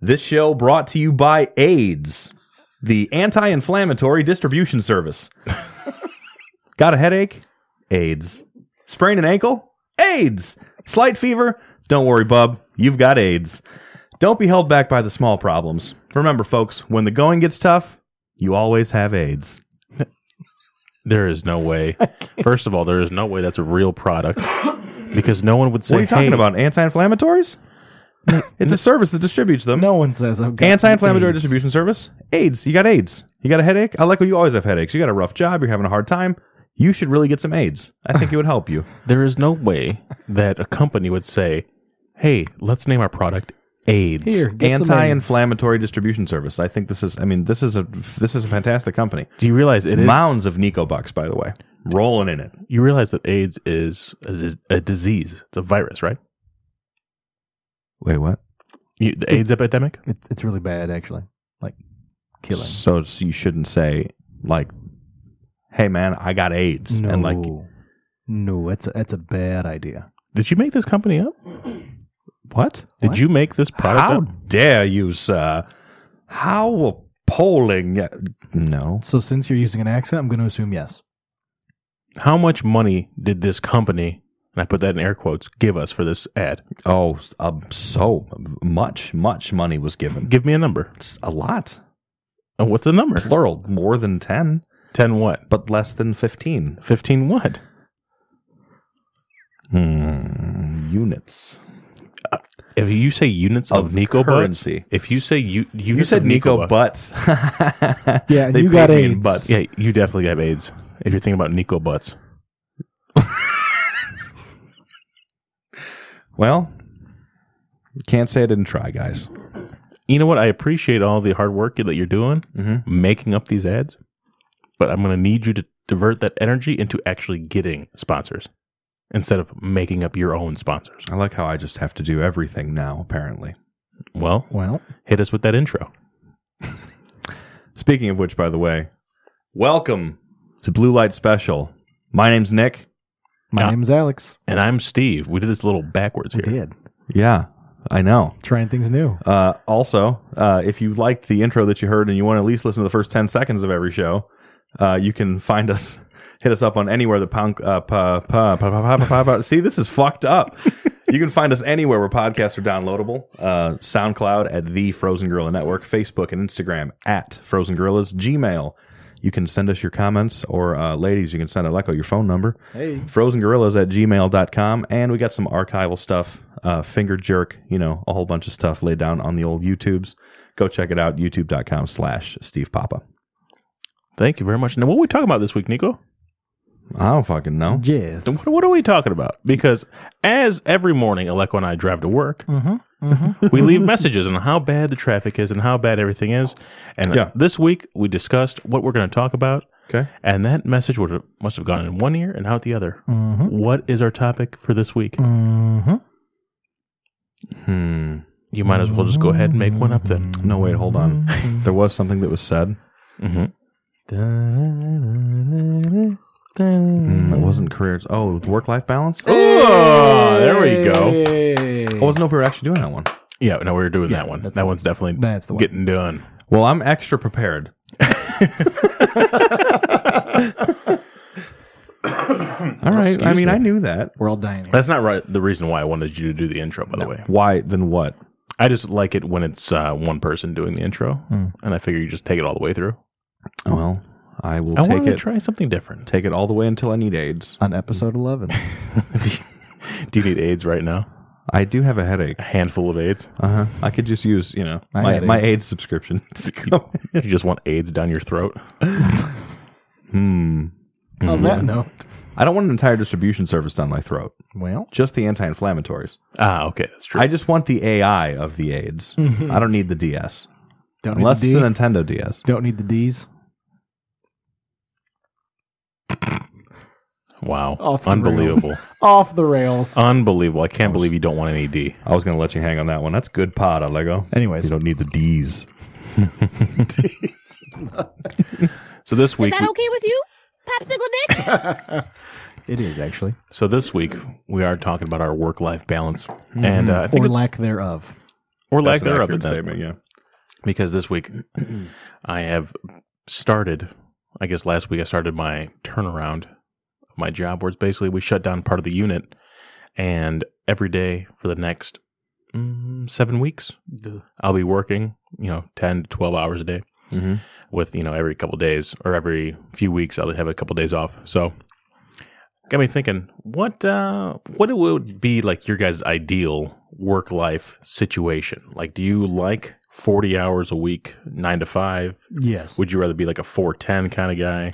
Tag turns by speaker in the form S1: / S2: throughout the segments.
S1: This show brought to you by AIDS, the anti inflammatory distribution service. Got a headache? AIDS. Sprained an ankle? AIDS. Slight fever? Don't worry, bub. You've got AIDS. Don't be held back by the small problems. Remember, folks, when the going gets tough, you always have AIDS.
S2: There is no way. First of all, there is no way that's a real product because no one would say.
S1: What are you talking
S2: "Hey,
S1: about? Anti inflammatories? It's a service that distributes them.
S3: No one says I've got
S1: Anti-inflammatory
S3: AIDS.
S1: distribution service. AIDS. You got AIDS. You got a headache. I like how you always have headaches. You got a rough job. You're having a hard time. You should really get some AIDS. I think it would help you.
S2: There is no way that a company would say, "Hey, let's name our product AIDS."
S3: Here, get some
S1: Anti-inflammatory distribution service. I think this is. I mean, this is a this is a fantastic company.
S2: Do you realize it is?
S1: Mounds of Nico bucks, by the way, rolling in it.
S2: you realize that AIDS is a, dis- a disease. It's a virus, right?
S1: Wait, what?
S2: You, the AIDS epidemic.
S3: AIDS. It's, it's really bad, actually. Like killing.
S1: So, so you shouldn't say like, "Hey, man, I got AIDS,"
S3: No,
S1: and like,
S3: no, that's a, that's a bad idea.
S2: Did you make this company up?
S1: what?
S2: Did you make this product
S1: How
S2: up?
S1: dare you, sir? How appalling! No.
S3: So since you're using an accent, I'm going to assume yes.
S2: How much money did this company, and I put that in air quotes, give us for this ad?
S1: Oh, um, so much, much money was given.
S2: Give me a number.
S1: It's a lot.
S2: And what's the number?
S1: Plural, more than 10,
S2: 10 what?
S1: but less than 15.
S2: 15 what?
S1: Hmm, units.
S2: If you say units of,
S1: Of
S2: Nico
S1: currency.
S2: butts, if you say you,
S1: You,
S2: units
S1: said
S2: of Nico,
S1: Nico
S2: butts,
S1: Butts.
S3: Yeah,
S1: They
S3: you
S1: paid
S3: got
S1: me in
S3: AIDS.
S1: Butts.
S2: yeah, you definitely have AIDS. If you're thinking about Nico butts,
S1: Well, can't say I didn't try, guys.
S2: you know what? I appreciate all the hard work that you're doing,
S1: Mm-hmm.
S2: making up these ads, but I'm going to need you to divert that energy into actually getting sponsors instead of making up your own sponsors.
S1: I like how I just have to do everything now, apparently.
S2: Well,
S3: Well,
S2: hit us with that intro.
S1: Speaking of which, by the way, welcome to Blue Light Special. My name's Nick.
S3: my
S2: Yeah.
S3: name's Alex.
S2: And I'm Steve. We did this a little backwards here.
S3: Did
S1: Yeah, I know.
S3: trying things new.
S1: Uh, also, uh, if you liked the intro that you heard and you want to at least listen to the first 10 seconds of every show, uh, you can find us, hit us up on anywhere the pound, uh, pa, pa, pa, pa, pa, pa, pa, pa. see, this is fucked up. you can find us anywhere where podcasts are downloadable, uh, SoundCloud at the Frozen Gorilla Network, Facebook and Instagram at Frozen Gorillas, Gmail. You can send us your comments or, uh, ladies, you can send Aleko your phone number
S3: Hey,
S1: frozengorillas at gmail.com and we got some archival stuff uh, finger jerk you know a whole bunch of stuff laid down on the old youtubes go check it out youtube.com slash steve papa
S2: Thank you very much. Now, what are we talking about this week, Nico?
S1: i don't fucking know
S3: yes.
S2: What, what are we talking about? Because as every morning, Aleko and I drive to work,
S3: Mm-hmm,
S2: we leave messages on how bad the traffic is and how bad everything is. And
S1: Yeah.
S2: this week, we discussed what we're going to talk about.
S1: okay
S2: And that message would have, must have gone in one ear and out the other. What is our topic for this week?
S3: Mm-hmm.
S1: hmm
S2: You might as well just go ahead and make one up then.
S3: Mm-hmm.
S1: no wait hold on there was something that was said
S2: hmm
S1: Hmm, it wasn't careers oh work-life balance
S2: Oh, there we go.
S1: i wasn't know if we were actually doing that one
S2: Yeah, no, we were doing that one. That one's definitely
S3: That's the one.
S2: getting done.
S1: well i'm extra prepared all right i
S2: Excuse
S1: mean
S2: me.
S1: i knew that
S3: We're all dying. Here.
S2: That's not right. The reason why I wanted you to do the intro, by the way.
S1: why then what
S2: I just like it when it's uh, one person doing the intro,
S1: Hmm.
S2: and I figure you just take it all the way through.
S1: Well, I will
S2: I
S1: take
S2: wanted to
S1: it.
S2: try something different.
S1: take it all the way until I need AIDS.
S3: On episode 11.
S2: Do you need AIDS right now?
S1: I do have a headache.
S2: A handful of AIDS.
S1: Uh huh. I could just use, you know,
S3: I
S1: my
S3: had
S1: my
S3: AIDS.
S1: AIDS subscription. to go.
S2: You just want AIDS down your throat.
S3: On
S1: Mm-hmm.
S3: that note.
S1: I don't want an entire distribution service down my throat.
S3: Well,
S1: Just the anti-inflammatories.
S2: Ah, okay, that's true.
S1: I just want the AI of the AIDS. I don't need the DS
S3: don't
S1: unless
S3: Mm-hmm. need
S1: it's a
S3: the D.
S1: Nintendo DS.
S3: don't need the D's.
S2: wow,
S3: Off the
S2: unbelievable,
S3: Off the rails.
S2: unbelievable. I can't believe you don't want any D.
S1: I was going to let you hang on that one. That's good pod, Lego.
S3: Anyways.
S1: You don't need the D's.
S2: So this
S4: Is
S2: week,
S4: that
S2: we,
S4: okay with you, Popsicle Nick?
S3: It is actually,
S2: so this week we are talking about our work-life balance, and uh, I think
S3: or
S2: it's,
S3: lack thereof.
S2: or lack
S1: Mm-hmm. That's an
S2: thereof.
S1: accurate
S2: at that
S1: statement.
S2: point.
S1: Yeah.
S2: Because this week I have started. I guess last week I started my turnaround of my job, where it's basically we shut down part of the unit, and every day for the next mm, seven weeks I'll be working. You know, ten to twelve hours a day.
S1: Mm-hmm.
S2: with you know every couple days or every few weeks I'll have a couple days off. So got me thinking what uh what it would be like your guys ideal work life situation. Like do you like 40 hours a week, 9 to 5?
S3: Yes.
S2: Would you rather be like a 410 kind of guy?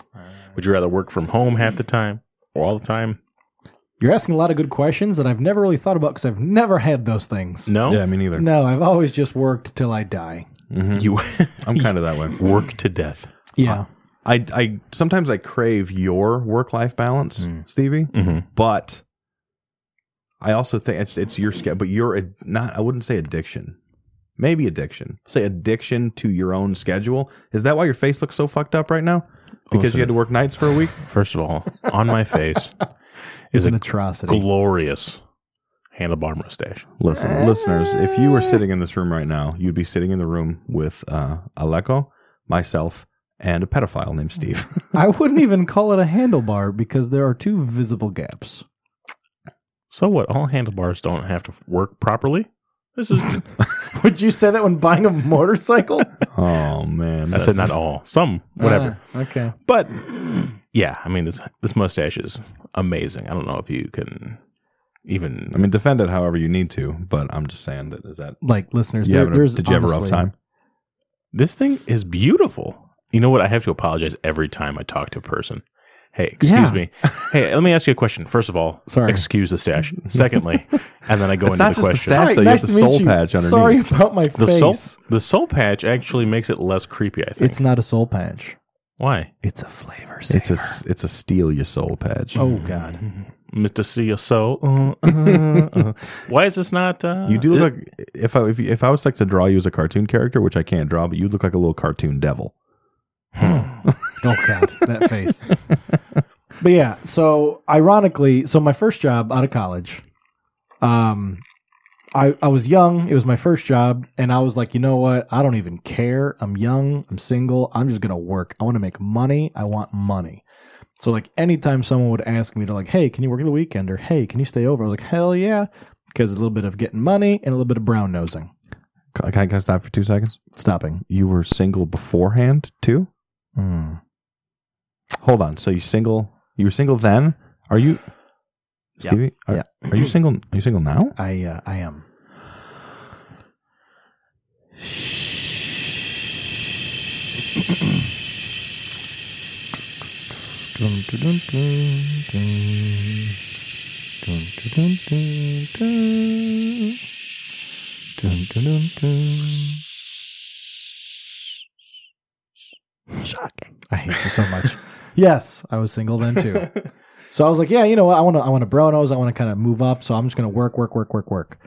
S2: Would you rather work from home half the time or all the time?
S3: You're asking a lot of good questions that I've never really thought about because I've never had those things.
S2: No.
S1: Yeah, me neither.
S3: Oh. No, I've always just worked till I die.
S1: Mhm.
S2: You
S1: I'm kind of that way.
S2: work to death.
S3: Yeah.
S1: I, I sometimes I crave your work life balance,
S3: Hmm.
S1: Stevie,
S2: Mhm.
S1: but I also think it's it's your schedule. But you're a, not. I wouldn't say addiction. Maybe addiction. Say addiction to your own schedule. Is that why your face looks so fucked up right now?
S3: Oh,
S1: Because
S2: Listen.
S1: you had to work nights for a week.
S2: First of all, on my face
S3: It's
S2: is
S3: an
S2: a
S3: atrocity.
S2: glorious handlebar mustache.
S1: Listen, listeners, if you were sitting in this room right now, you'd be sitting in the room with uh, Aleko, myself, and a pedophile named Steve.
S3: I wouldn't even call it a handlebar because there are two visible gaps.
S2: So what? All handlebars don't have to work properly. This is.
S3: Would you say that when buying a motorcycle?
S1: oh man,
S2: I said not all. Some whatever.
S3: Ah, okay.
S2: but yeah, I mean this this mustache is amazing. I don't know if you can even.
S1: I mean, defend it however you need to, but I'm just saying that is that.
S3: Like listeners,
S1: You
S3: there,
S1: having a-
S3: there's
S1: did you have a rough
S3: honestly-
S1: time?
S2: This thing is beautiful. You know what? I have to apologize every time I talk to a person. Hey, excuse
S3: Yeah.
S2: me. Hey, let me ask you a question. First of all,
S3: Sorry.
S2: Excuse the stash. Secondly, and then I go
S1: It's
S2: into
S1: not
S2: the
S1: just the
S2: question.
S1: stash.
S3: All
S1: though, you have the
S3: to meet
S1: soul patch underneath.
S3: Sorry about my
S2: The
S3: face.
S2: soul, the soul patch actually makes it less creepy. I think.
S3: It's not a soul patch.
S2: Why?
S3: It's a flavor saver.
S1: It's a it's a steal your soul patch.
S3: oh god.
S2: Mr. See so. Uh, uh, uh. Why is this not? Uh,
S1: You do look like if I if, you- if I was like to draw you as a cartoon character, which I can't draw, but you look like a little cartoon devil.
S3: Oh god, that face. But yeah, so ironically, so my first job out of college, um, I I was young. It was my first job, and I was like, you know what? I don't even care. I'm young. I'm single. I'm just gonna work. I want to make money. I want money. So like, anytime someone would ask me to like, hey, can you work the weekend or hey, can you stay over? I was like, hell yeah, because a little bit of getting money and a little bit of brown nosing.
S1: Can I, can I stop for two seconds?
S3: Stopping.
S1: You were single beforehand too.
S3: Mm.
S1: Hold on. So you single? You were single then? Are you?
S3: Yeah.
S1: Stevie, Are, are you single? Are you single now?
S3: I uh, I am. Shocking. I hate you so much. yes, I was single then too. So I was like, yeah, you know what? I want to, I want to bro nose. I want to kind of move up. So I'm just going to work, work, work, work, work.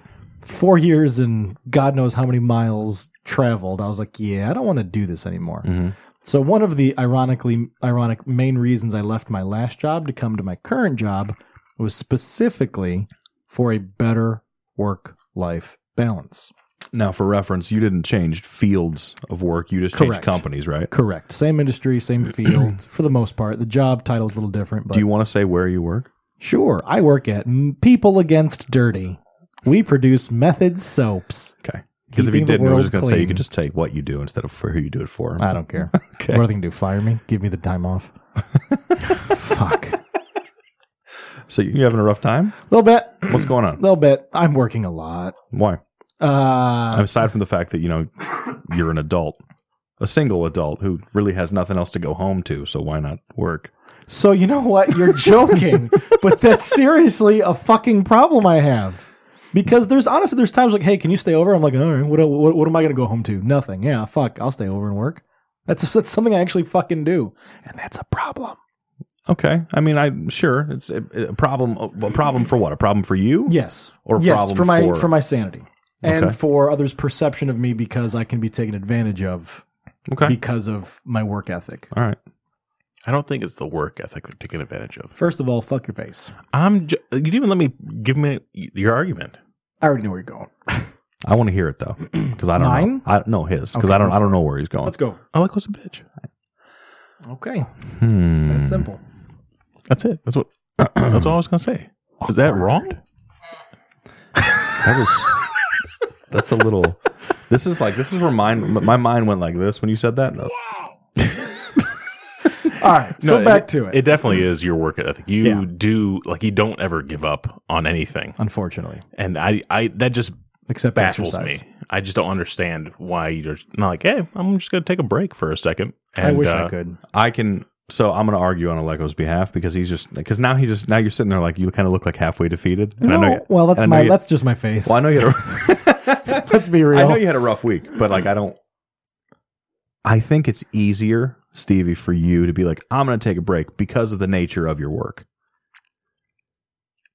S3: Four years and God knows how many miles traveled. I was like, yeah, I don't want to do this anymore.
S1: Mm. Mm-hmm.
S3: So one of the ironically ironic main reasons I left my last job to come to my current job was specifically for a better work life balance.
S1: Now, for reference, you didn't change fields of work. You just
S3: Correct.
S1: changed companies, right?
S3: Correct. Same industry, same field for the most part. The job title is a little different. But
S1: Do you want to say where you work?
S3: Sure, I work at M- People Against Dirty. We produce method soaps.
S1: Okay. Because if you
S3: Keeping the
S1: didn't, I was
S3: world
S1: just going to say you
S3: clean. Uh,
S1: could just say what you do instead of for who you do it for.
S3: I don't care. What are they gonna do? Fire me? Give me the time off? Fuck. A
S1: So you- you having a rough time?
S3: little bit. A
S1: What's going on?
S3: little bit. I'm working a lot.
S1: Why?
S3: Uh,
S1: Aside from the fact that you know you're an adult, a single adult who really has nothing else to go home to, so why not work?
S3: so you know what? You're joking, but that's seriously a fucking problem I have. Because there's honestly there's times like, hey, can you stay over? I'm like, all right, what what, what am I gonna go home to? Nothing. Yeah, fuck. I'll stay over and work. That's that's something I actually fucking do, and that's a problem.
S1: Okay. I mean, I'm sure it's a, a problem. A problem for what? A problem for you?
S3: Yes.
S1: Or a
S3: yes,
S1: problem
S3: for my
S1: for-
S3: for, my sanity and
S1: Okay.
S3: for others' perception of me because I can be taken advantage of
S1: Okay.
S3: because of my work ethic.
S1: All right.
S2: I don't think it's the work ethic they're taking advantage of.
S3: First of all, fuck your face.
S2: I'm. Ju- you didn't even let me give me your argument.
S3: I already know where you're going.
S1: I want to hear it though, because I don't know.
S3: Mine?
S1: I no his because
S3: Okay,
S1: I don't.
S3: go
S1: I don't know where he's going.
S3: Let's go.
S2: Alec was a bitch.
S3: Okay,
S1: Hmm.
S3: that's simple.
S2: That's it. That's what. that's all I was gonna say. Is that wrong?
S1: That was. that's a little. This is like this is where mine. My mind went like this when you said that.
S3: All right, so
S2: No,
S3: back to it.
S2: It definitely is your work ethic. You
S3: Yeah.
S2: do like you don't ever give up on anything,
S3: Unfortunately,
S2: and I, I that just
S3: except
S2: baffles
S3: exercise.
S2: me. I just don't understand why you're not like, hey, I'm just gonna take a break for a second. And,
S3: I wish
S2: uh,
S3: I could.
S1: I can. So I'm going to argue on Aleco's behalf because he's just because now he just now you're sitting there like you kind of look like halfway defeated. And
S3: No,
S1: I know you,
S3: well, that's
S1: and I know
S3: my
S1: you-
S3: that's just my face.
S1: well, I know you. Had a,
S3: Let's be real.
S1: I know you had a rough week, but like I don't. I think it's easier, Stevie, for you to be like, I'm going to take a break because of the nature of your work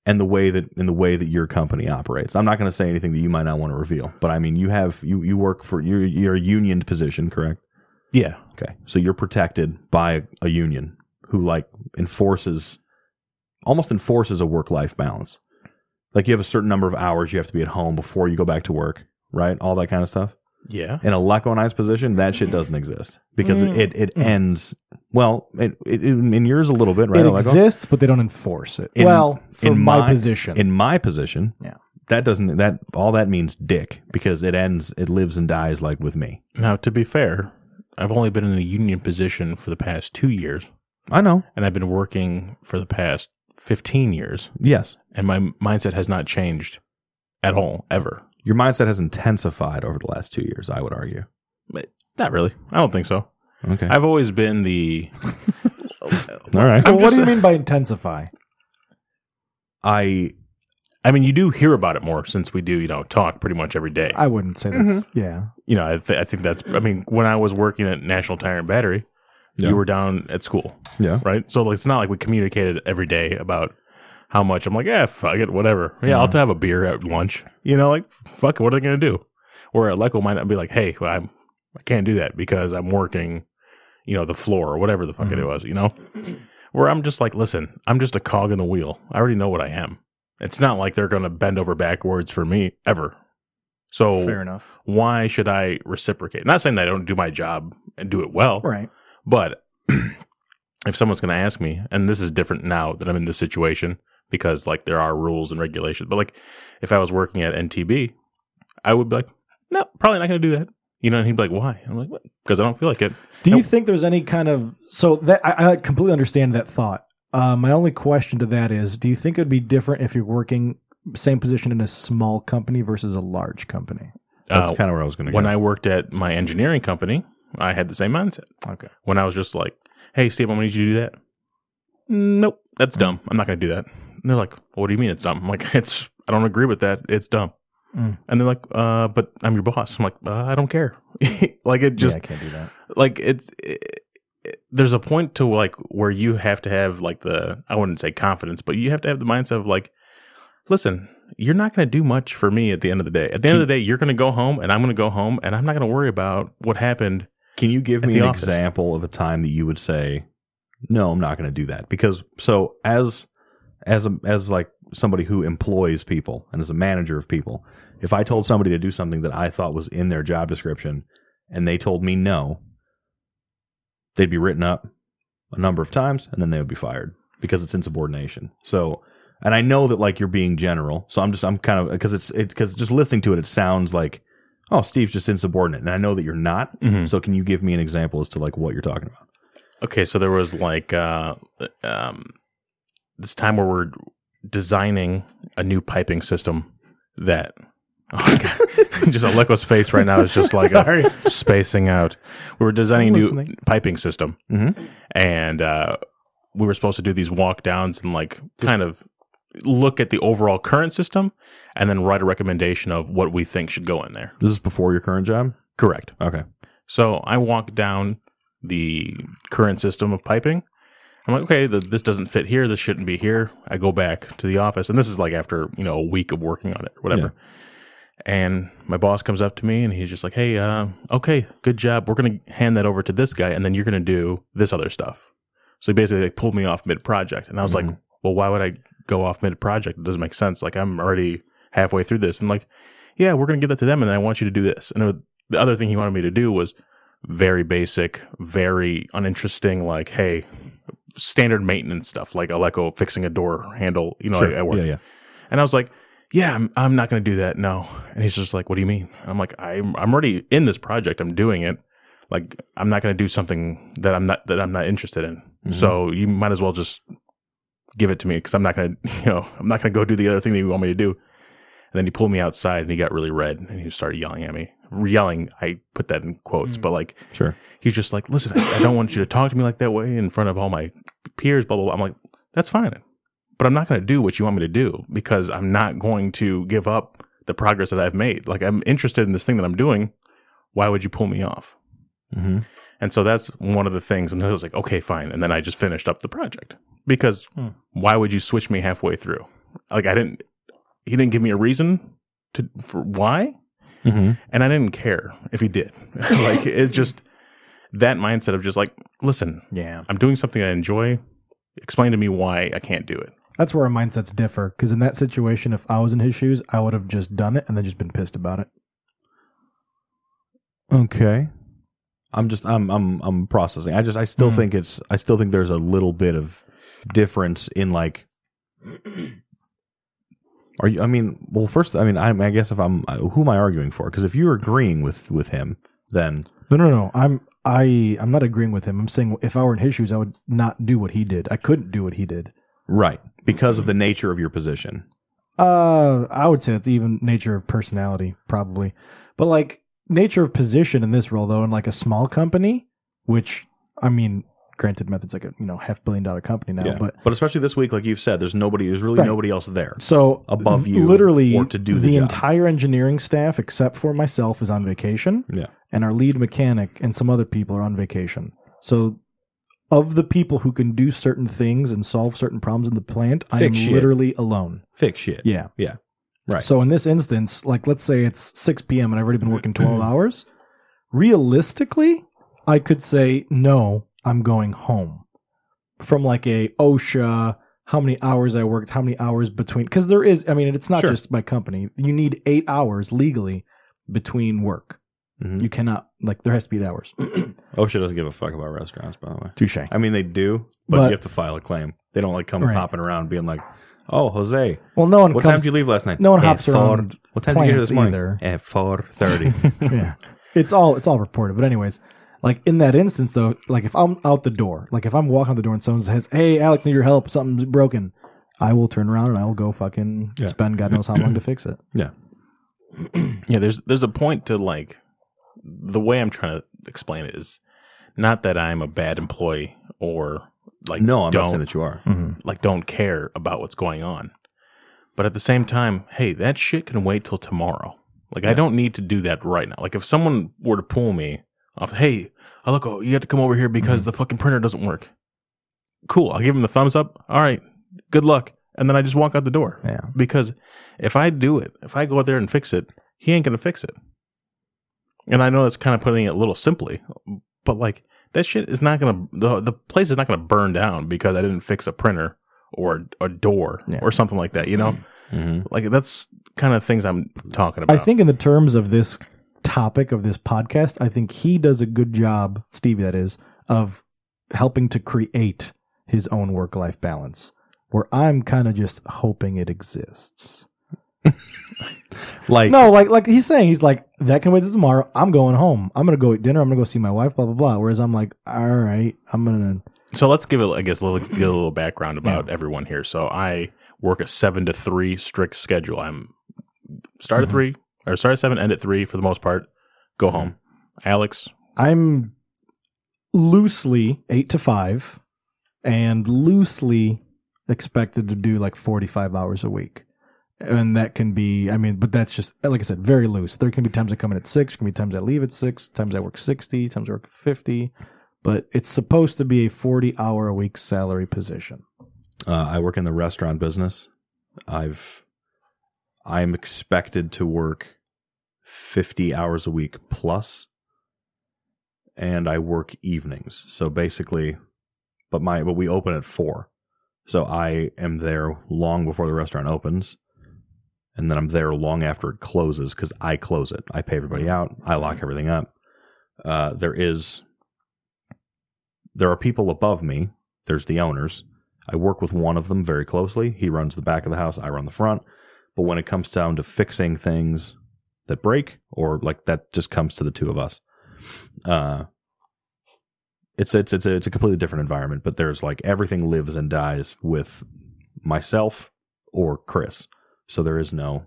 S1: and the way that in the way that your company operates. I'm not going to say anything that you might not want to reveal, but I mean, you have you you work for you're you're a unioned position, correct?
S2: Yeah,
S1: Okay, so you're protected by a union who like enforces almost enforces a work life balance. Like you have a certain number of hours you have to be at home before you go back to work, right? All that kind of stuff
S2: yeah.
S1: in a Lecco and Ice position, that shit doesn't exist because
S3: Mm.
S1: it, it ends. Well, it, it in yours a little bit, right?
S3: it
S1: Aleko?
S3: exists, but they don't enforce it.
S1: In-
S3: well, for
S1: in
S3: my,
S1: my-
S3: position,
S1: In my position,
S3: Yeah.
S1: that doesn't that all that means dick because it ends, it lives and dies like with me.
S2: Now, to be fair, I've only been in a union position for the past two years,
S1: I know.
S2: and I've been working for the past fifteen years,
S1: Yes,
S2: and my mindset has not changed at all ever.
S1: your mindset has intensified over the last two years. I would argue.
S2: Not really. I don't think so.
S1: Okay,
S2: I've always been the
S1: all right.
S3: Well, what do you mean by intensify?
S1: I
S2: I mean, you do hear about it more since we do, you know, talk pretty much every day.
S3: I wouldn't say that's
S1: Mm-hmm.
S3: yeah.
S2: you know, I, th- I think that's. I mean, when I was working at National Tire and Battery,
S1: Yeah.
S2: you were down at school,
S1: yeah.
S2: right? So like, it's not like we communicated every day about how much. I'm like, yeah, fuck it, whatever. Yeah,
S1: Mm-hmm.
S2: I'll have a beer at lunch. You know, like, fuck it, what are they gonna do? Or at Leco might not be like, hey, well, I'm, I can't do that because I'm working, you know, the floor or whatever the fuck
S1: Mm-hmm.
S2: it was, you know. Where I'm just like, listen, I'm just a cog in the wheel. I already know what I am. It's not like they're gonna bend over backwards for me ever.
S1: Oh.
S2: So
S3: Fair enough.
S2: why should I reciprocate? Not saying that I don't do my job and do it well,
S3: Right.
S2: but if someone's going to ask me, and this is different now that I'm in this situation because like there are rules and regulations, but like if I was working at NTB, I would be like, no, probably not going to do that. You know, and he'd be like, why? I'm like, because I don't feel like it.
S3: Do you
S2: Nope.
S3: think there's any kind of so that I, I completely understand that thought. Uh, my only question to that is: Do you think it would be different if you're working same position in a small company versus a large company?
S1: That's
S2: Uh,
S1: kind of where I was going to go.
S2: when I worked at my engineering company, I had the same mindset.
S3: Okay.
S2: When I was just like, hey, Steve, I'm going to need you to do that. Nope, that's dumb. I'm not going to do that. And they're like, what do you mean it's dumb? I'm like, it's, I don't agree with that. It's dumb.
S3: Mm.
S2: And they're like, uh, but I'm your boss. I'm like, uh, I don't care. like, it just,
S3: yeah, I can't do that.
S2: like, it's, it, it- there's a point to like where you have to have like the, I wouldn't say confidence, but you have to have the mindset of like, listen, you're not going to do much for me at the end of the day. At the end of the day, you're going to go home and I'm going to go home and I'm not going to worry about what happened
S1: Can you give
S2: at
S1: me
S2: the
S1: an
S2: office.
S1: example of a time that you would say, "No, I'm not going to do that"? Because so as as a, as like somebody who employs people and as a manager of people, if I told somebody to do something that I thought was in their job description and they told me no, they'd be written up a number of times and then they would be fired because it's insubordination. So, and I know that like you're being general. So I'm just I'm kind of because it's it because just listening to it, it sounds like oh Steve's just insubordinate, and I know that you're not. So can you give me an example as to like what you're talking about?
S2: Okay, so there was like uh, um, this time where we're designing a new piping system that. Oh God. just Aleko's face right now is just like uh, spacing out. We were designing a new
S3: listening.
S2: piping system, and uh, we were supposed to do these walk downs and like kind of look at the overall current system, and then write a recommendation of what we think should go in there.
S1: This is before your current job.
S2: Correct.
S1: Okay.
S2: So I walk down the current system of piping. I'm like, okay, th this doesn't fit here. This shouldn't be here. I go back to the office, and this is like after you know a week of working on it, or whatever. And my boss comes up to me, and he's just like, "Hey, uh, okay, good job. We're gonna hand that over to this guy, and then you're gonna do this other stuff." So he basically like, pulled me off mid project, and I was like,
S1: Mm-hmm.
S2: "Well, why would I go off mid project? It doesn't make sense. Like I'm already halfway through this." And like yeah, we're going to give that to them. And then I want you to do this. And it would- the other thing he wanted me to do was very basic, very uninteresting, like, hey, standard maintenance stuff, like Aleco fixing a door handle, you know,
S1: Sure.
S2: at work.
S1: Yeah, yeah.
S2: And I was like, yeah, I'm, I'm not going to do that. No. And he's just like, what do you mean? I'm like, I'm, I'm already in this project. I'm doing it. Like, I'm not going to do something that I'm not, that I'm not interested in. So you might as well just give it to me because I'm not going to, you know, I'm not going to go do the other thing that you want me to do. And then he pulled me outside and he got really red and he started yelling at me. Yelling, I put that in quotes, but like,
S1: Sure.
S2: he's just like, listen, I, I don't want you to talk to me like that way in front of all my peers, blah, blah, blah. I'm like, that's fine. But I'm not going to do what you want me to do because I'm not going to give up the progress that I've made. Like, I'm interested in this thing that I'm doing. Why would you pull me off?
S1: Mhm.
S2: And so that's one of the things. And then I was like, okay, fine. And then I just finished up the project because why would you switch me halfway through? Like, I didn't, he didn't give me a reason to, for why
S1: Mhm.
S2: and I didn't care if he did. like it's just that mindset of just like, listen,
S3: Yeah.
S2: I'm doing something I enjoy. Explain to me why I can't do it.
S3: That's where our mindsets differ. Because in that situation, if I was in his shoes, I would have just done it and then just been pissed about it.
S1: Okay. I'm just I'm I'm I'm processing. I just I still think it's I still think there's a little bit of difference in like Are you I mean, well first I mean I, I guess if I'm who am I arguing for? Cuz if you're agreeing with with him, then
S3: No, no, no. I'm I I'm not agreeing with him. I'm saying if I were in his shoes, I would not do what he did. I couldn't do what he did.
S1: right, because of the nature of your position.
S3: Uh, I would say it's even nature of personality, probably. But like nature of position in this role, though, in like a small company, which I mean, granted, Method's like a you know half billion dollar company now,
S1: Yeah.
S3: but
S1: But, especially this week like you've said there's nobody there's really
S3: Right.
S1: nobody else there.
S3: so
S1: Above
S3: th-
S1: you
S3: literally,
S1: or to do the job.
S3: entire engineering staff except for myself is on vacation,
S1: Yeah.
S3: and our lead mechanic and some other people are on vacation. So. Of the people who can do certain things and solve certain problems in the plant, I am
S1: Fix shit.
S3: literally alone.
S1: Fix shit.
S3: Yeah.
S1: Yeah. Right.
S3: So in this instance, like let's say it's 6 p.m. and I've already been working 12 hours. Realistically, I could say no, I'm going home. From like a OSHA, how many hours I worked, how many hours between cuz there is I mean it's not
S1: Sure.
S3: just by company. You need 8 hours legally between work.
S1: Mhm.
S3: You cannot like there has to be eight hours.
S1: OSHA doesn't give a fuck about restaurants by the way.
S3: Touche.
S1: I mean, they do, but,
S3: But-
S1: you have to file a claim. They don't like come
S3: Right.
S1: hopping around being like, "Oh, Jose,
S3: Well, no one
S1: what time
S3: comes
S1: did you leave last night?"
S3: no one
S1: At
S3: hops
S1: four-
S3: around
S1: What time did you get here
S3: plants
S1: this morning?
S3: either.
S1: At four thirty.
S3: yeah. It's all it's all reported. But anyways, like in that instance though, like if I'm out the door, like if I'm walking out the door and someone says, "Hey, Alex, need your help? Something's broken." I will turn around and I will go fucking spend God knows how long to fix it.
S1: yeah,
S2: Yeah, there's there's a point to like the way I'm trying to explain it is not that I'm a bad employee or like
S1: no, I'm
S2: don't,
S1: not saying that you are.
S2: like don't care about what's going on. But at the same time, hey, that shit can wait till tomorrow. Like I don't need to do that right now. Like if someone were to pull me off, hey, Aloko, you have to come over here because the fucking printer doesn't work. Cool, I'll give him the thumbs up. All right, good luck. And then I just walk out the door.
S3: Yeah.
S2: Because if I do it, if I go out there and fix it, he ain't gonna fix it. And I know that's kind of putting it a little simply, but like that shit is not gonna the the place is not gonna burn down because I didn't fix a printer or a door
S3: Yeah.
S2: or something like that. You know,
S3: Mm-hmm.
S2: like that's kind of things I'm talking
S3: I
S2: about.
S3: think in the terms of this topic of this podcast, I think he does a good job, Stevie that is, of helping to create his own work-life balance. Where I'm kind of just hoping it exists.
S1: Like,
S3: No, like like he's saying, he's like that can wait till tomorrow. I'm going home. I'm gonna go eat dinner. I'm gonna go see my wife. Blah blah blah. Whereas I'm like, all right, I'm gonna.
S2: so. Let's give it, I guess, a little, give a little background about everyone here. So I work a seven to three strict schedule. I'm start
S3: Mm-hmm.
S2: at three or start at seven, end at three for the most part. Go home. Alex,
S3: I'm loosely eight to five, and loosely expected to do like 45 hours a week. And that can be, I mean, but that's just like I said, very loose. There can be times I come in at six, can be times I leave at six, times I work 60, times I work 50. But it's supposed to be a 40 hour a week salary position.
S1: uh, I work in the restaurant business. I've, I'm expected to work fifty hours a week plus, and I work evenings. So basically, but my but we open at four, so I am there long before the restaurant opens, and then I'm there long after it closes because I close it. I pay everybody out. I lock everything up. Uh, there is there are people above me. There's the owners. I work with one of them very closely. He runs the back of the house. I run the front. But when it comes down to fixing things that break or like that, just comes to the two of us. Uh, it's it's it's a, it's a completely different environment. But there's like everything lives and dies with myself or Chris. So there is no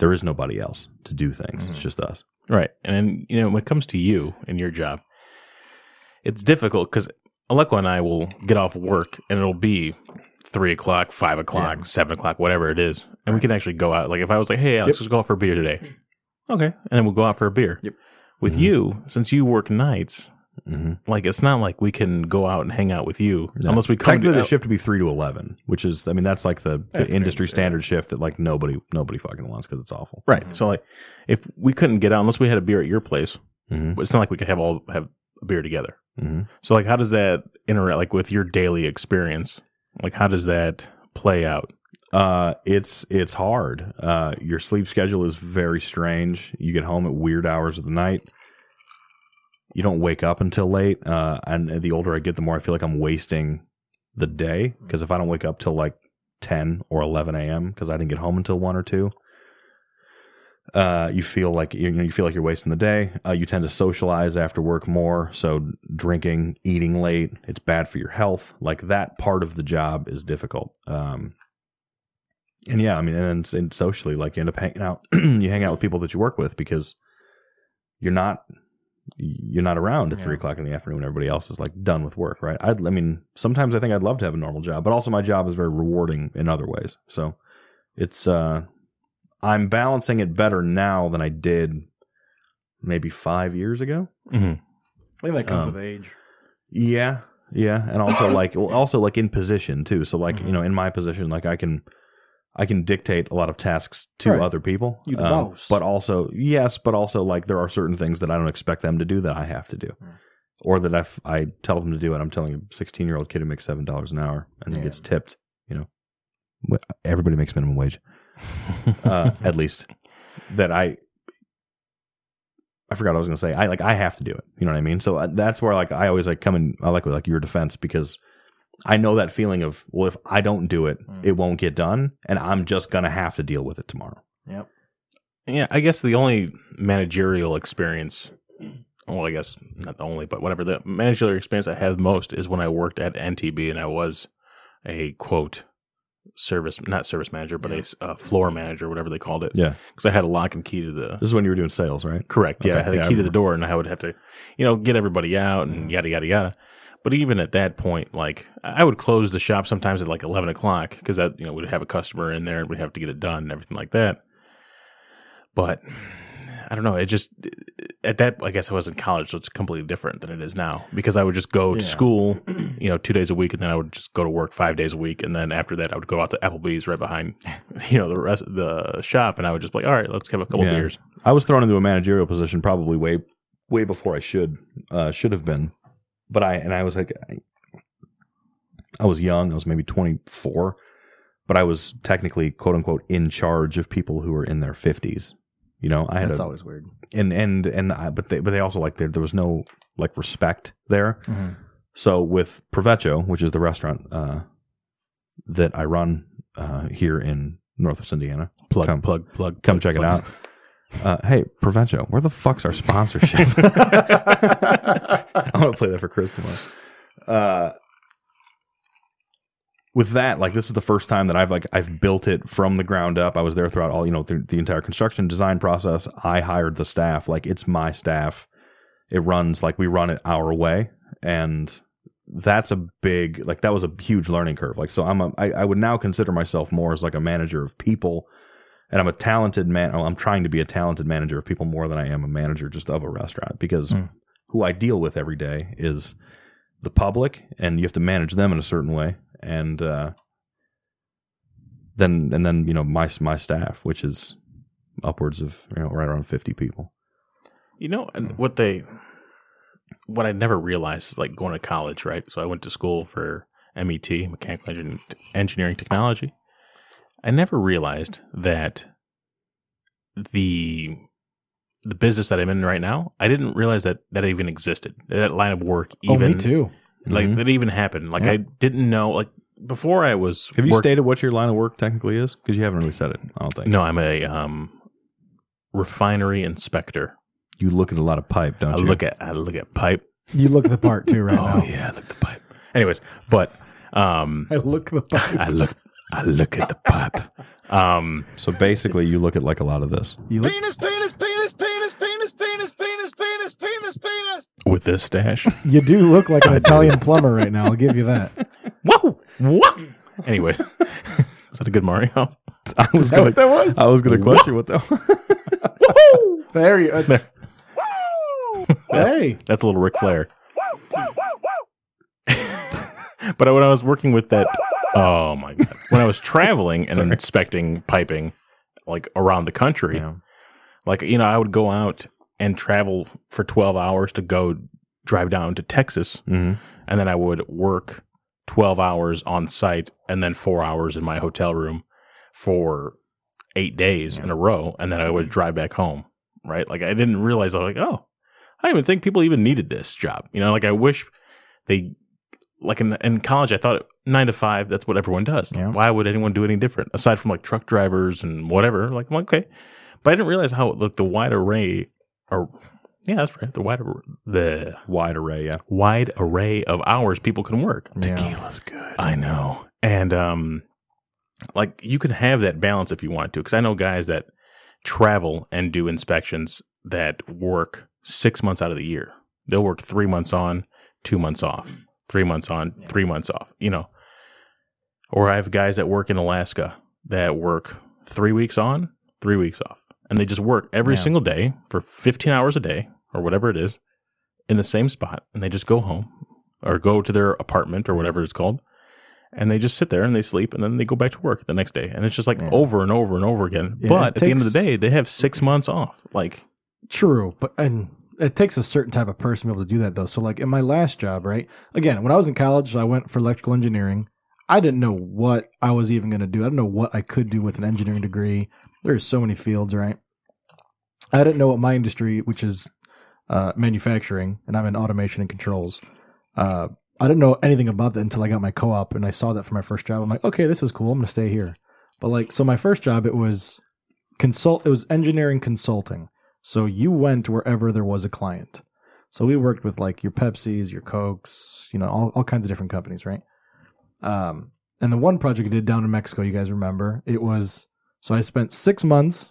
S1: there is nobody else to do things. It's
S2: Mhm.
S1: just us.
S2: Right. And then, you know, when it comes to you and your job, it's difficult because Aleko and I will get off work and it'll be three o'clock, five o'clock, seven o'clock, whatever it is. And we can actually go out. Like if I was like, hey, Alex, let's go out for a beer today. Okay. And then we'll go out for a beer.
S1: Yep.
S2: With
S1: Mhm.
S2: you, since you work nights,
S1: Mm-hmm.
S2: like it's not like we can go out and hang out with you
S1: No.
S2: unless we come
S1: Technically,
S2: to
S1: the shift would be three to eleven, which is, I mean, that's like the, the
S5: Afternoons,
S1: industry
S5: yeah.
S1: standard shift that like nobody nobody fucking wants because it's awful.
S2: Right. So like if we couldn't get out unless we had a beer at your place,
S1: Mm-hmm.
S2: it's not like we could have all have a beer together.
S1: Mm-hmm.
S2: So like how does that interact like with your daily experience? Like how does that play out?
S1: Uh, it's it's hard. Uh, your sleep schedule is very strange. You get home at weird hours of the night. You don't wake up until late. Uh, and the older I get, the more I feel like I'm wasting the day because if I don't wake up till like ten or eleven a.m. because I didn't get home until one or two, uh, you feel like you know you feel like you're wasting the day. Uh, you tend to socialize after work more, so drinking, eating late, it's bad for your health. Like that part of the job is difficult. Um, and yeah, I mean, and, and socially, like you end up hanging out, you hang out with people that you work with because you're not you're not around at
S3: Yeah.
S1: three o'clock in the afternoon. when Everybody else is like done with work, right? I'd, I mean, sometimes I think I'd love to have a normal job, but also my job is very rewarding in other ways. So it's uh, I'm balancing it better now than I did maybe five years ago.
S2: Mm-hmm.
S3: think
S1: comes
S3: that comes
S1: Um,
S3: with age.
S1: Yeah, yeah, and also like well, also like in position too. So like you
S2: Mhm.
S3: Mm-hmm.
S1: know, in my position, like I can I can dictate a lot of tasks to
S3: Right.
S1: other people. um,
S3: You the boss.
S1: but also yes, but also like there are certain things that I don't expect them to do that I have to do,
S3: Mm.
S1: or that if I tell them to do it, I'm telling a 16 year old kid who makes seven dollars an hour and then
S3: Yeah.
S1: gets tipped. You know, Wh- everybody makes minimum wage uh, at least that I I forgot what I was gonna say. I like I have to do it. You know what I mean? So uh, that's where like I always like come in. I like like your defense because I know that feeling of well, if I don't do it,
S3: Mm.
S1: it won't get done, and I'm just gonna have to deal with it tomorrow.
S3: Yep.
S2: yeah, I guess the only managerial experience well, I guess not the only, but whatever the managerial experience I have most is when I worked at NTB and I was a quote service not service manager, but a s a a floor manager, whatever they called it.
S1: Yeah.
S2: Because I had a lock and key to the
S1: This is when you were doing sales, right?
S2: Correct. Yeah,
S1: Okay,
S2: I had a
S1: yeah, I
S2: key to the
S1: remember. Mm-hmm.
S2: door, and I would have to, you know, get everybody out and yada yada yada. But even at that point, like I would close the shop sometimes at like eleven o'clock because that you know we'd have a customer in there and we'd have to get it done and everything like that. But I don't know. It just at that I guess I was in college, so it's completely different than it is now because I would just go to
S3: Yeah.
S2: school, you know, two days a week, and then I would just go to work five days a week, and then after that I would go out to Applebee's right behind, you know, the rest of the shop, and I would just be like, all right, let's have a couple
S1: Yeah.
S2: beers.
S1: I was thrown into a managerial position probably way way before I should uh, should have been, but I and I was like I, I was young, I was maybe twenty four, but I was technically quote unquote in charge of people who were in their fifties. You know, I had
S3: That's
S1: a,
S3: always weird.
S1: and and and I, but they but they also like there there was no like respect there.
S2: Mm-hmm.
S1: So with Provecho, which is the restaurant uh, that I run uh, here in Northwest Indiana,
S2: plug,
S1: Come-
S2: plug, plug.
S1: come check it out. Uh, hey, Provencho, where the fuck's our sponsorship? I want to play that for Chris tomorrow. Uh, with that, like this is the first time that I've like I've built it from the ground up. I was there throughout all you know through the entire construction design process. I hired the staff. Like it's my staff. It runs like we run it our way, and that's a big like that was a huge learning curve. Like so, I'm a I, I would now consider myself more as like a manager of people and I'm a talented man. oh, I'm trying to be a talented manager of people more than I am a manager just of a restaurant because
S2: Hmm.
S3: Mm.
S1: who I deal with every day is the public, and you have to manage them in a certain way, and uh, then and then you know my my staff, which is upwards of you know right around 50 people.
S2: You know and what they, what I never realized is like going to college, E right? So I went to school for MET, mechanical Engin- engineering technology. I never realized that the the business that I'm in right now, I didn't realize that that even existed. That line of work
S3: Oh,
S2: even
S3: me too.
S2: like
S1: Mhm.
S2: that even happened. Like I didn't know like before I was
S1: Have you
S2: work-
S1: stated what your line of work technically is? Because you haven't really said it. I don't think.
S2: No, I'm a um refinery inspector.
S1: You look at a lot of pipe, don't
S2: I
S1: you?
S2: look at I look at pipe.
S3: You look the part too right now.
S2: Oh yeah, I look the pipe. Anyways, but um
S3: I look the part.
S2: I look I look at the pipe. Um
S1: so basically, you look at like a lot of this.
S3: You look
S5: penis, penis, penis, penis, penis, penis, penis, penis, penis, penis.
S2: with this stash.
S3: You do look like an Italian plumber right now. I'll give you that.
S2: Whoa! What? Anyway, is that a good Mario?
S1: I was going.
S3: that was?
S1: I was going to question what that.
S3: There you. That's, hey,
S2: That's a little Ric Flair. but when I was working with that, oh my god! When I was traveling and inspecting piping, like around the country,
S1: Yeah.
S2: like you know, I would go out and travel for twelve hours to go drive down to Texas,
S1: Mhm.
S2: and then I would work twelve hours on site and then four hours in my hotel room for eight days in a row, and then I would drive back home. Right? Like I didn't realize I was like, oh, I don't even think people even needed this job. You know, like I wish they like in in college I thought nine to five that's what everyone does.
S3: Yeah.
S2: Why would anyone do any different aside from like truck drivers and whatever? Like I'm like, okay, but I didn't realize how like the wide array or yeah that's right the wide ar- the
S1: Wide array. Yeah.
S2: wide array of hours people can work.
S3: yeah.
S1: good.
S2: I know. And um like you can have that balance if you want to cuz I know guys that travel and do inspections that work 6 months out of the year. They'll work 3 months on, 2 months off, 3 months on, 3 months off, you know. Or I have guys that work in Alaska that work 3 weeks on, 3 weeks off. And they just work every
S3: Yeah.
S2: single day for 15 hours a day or whatever it is in the same spot and they just go home or go to their apartment or whatever it's called and they just sit there and they sleep and then they go back to work the next day and it's just like over and over and over again
S3: Yeah,
S2: but
S3: it
S2: at the end of the
S3: takes-
S2: day they have six months off like
S3: True, but and it takes a certain type of person to be able to do that though. So like in my last job, right? Again, when I was in college, I went for electrical engineering. I didn't know what I was even going to do. I didn't know what I could do with an engineering degree. There's so many fields, right? I didn't know what my industry, which is uh, manufacturing, and I'm in automation and controls. Uh, I didn't know anything about that until I got my co-op and I saw that for my first job. I'm like, okay, this is cool. I'm going to stay here. But like, so my first job, it was consult. It was engineering consulting. So you went wherever there was a client. So we worked with like your Pepsis, your Cokes, you know, all, all kinds of different companies, right? Um, and the one project I did down in Mexico, you guys remember, it was so I spent six months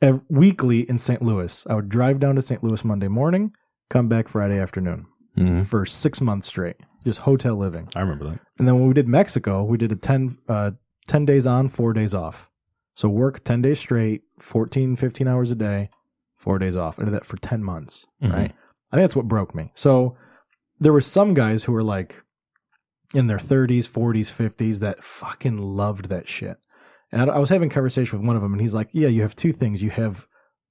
S3: ev- weekly in St. Louis. I would drive down to St. Louis Monday morning, come back Friday afternoon
S1: hmm
S3: for six months straight, just hotel living.
S1: I remember that.
S3: And then when we did Mexico, we did a 10, uh, 10 days on, four days off. So work 10 days straight, 14, 15 hours a day, four days off. I did that for 10 months,
S2: Mhm.
S3: right? I think that's what broke me. So there were some guys who were like in their 30s, 40s, 50s that fucking loved that shit. And I, I was having a conversation with one of them, and he's like, Yeah, you have two things. You have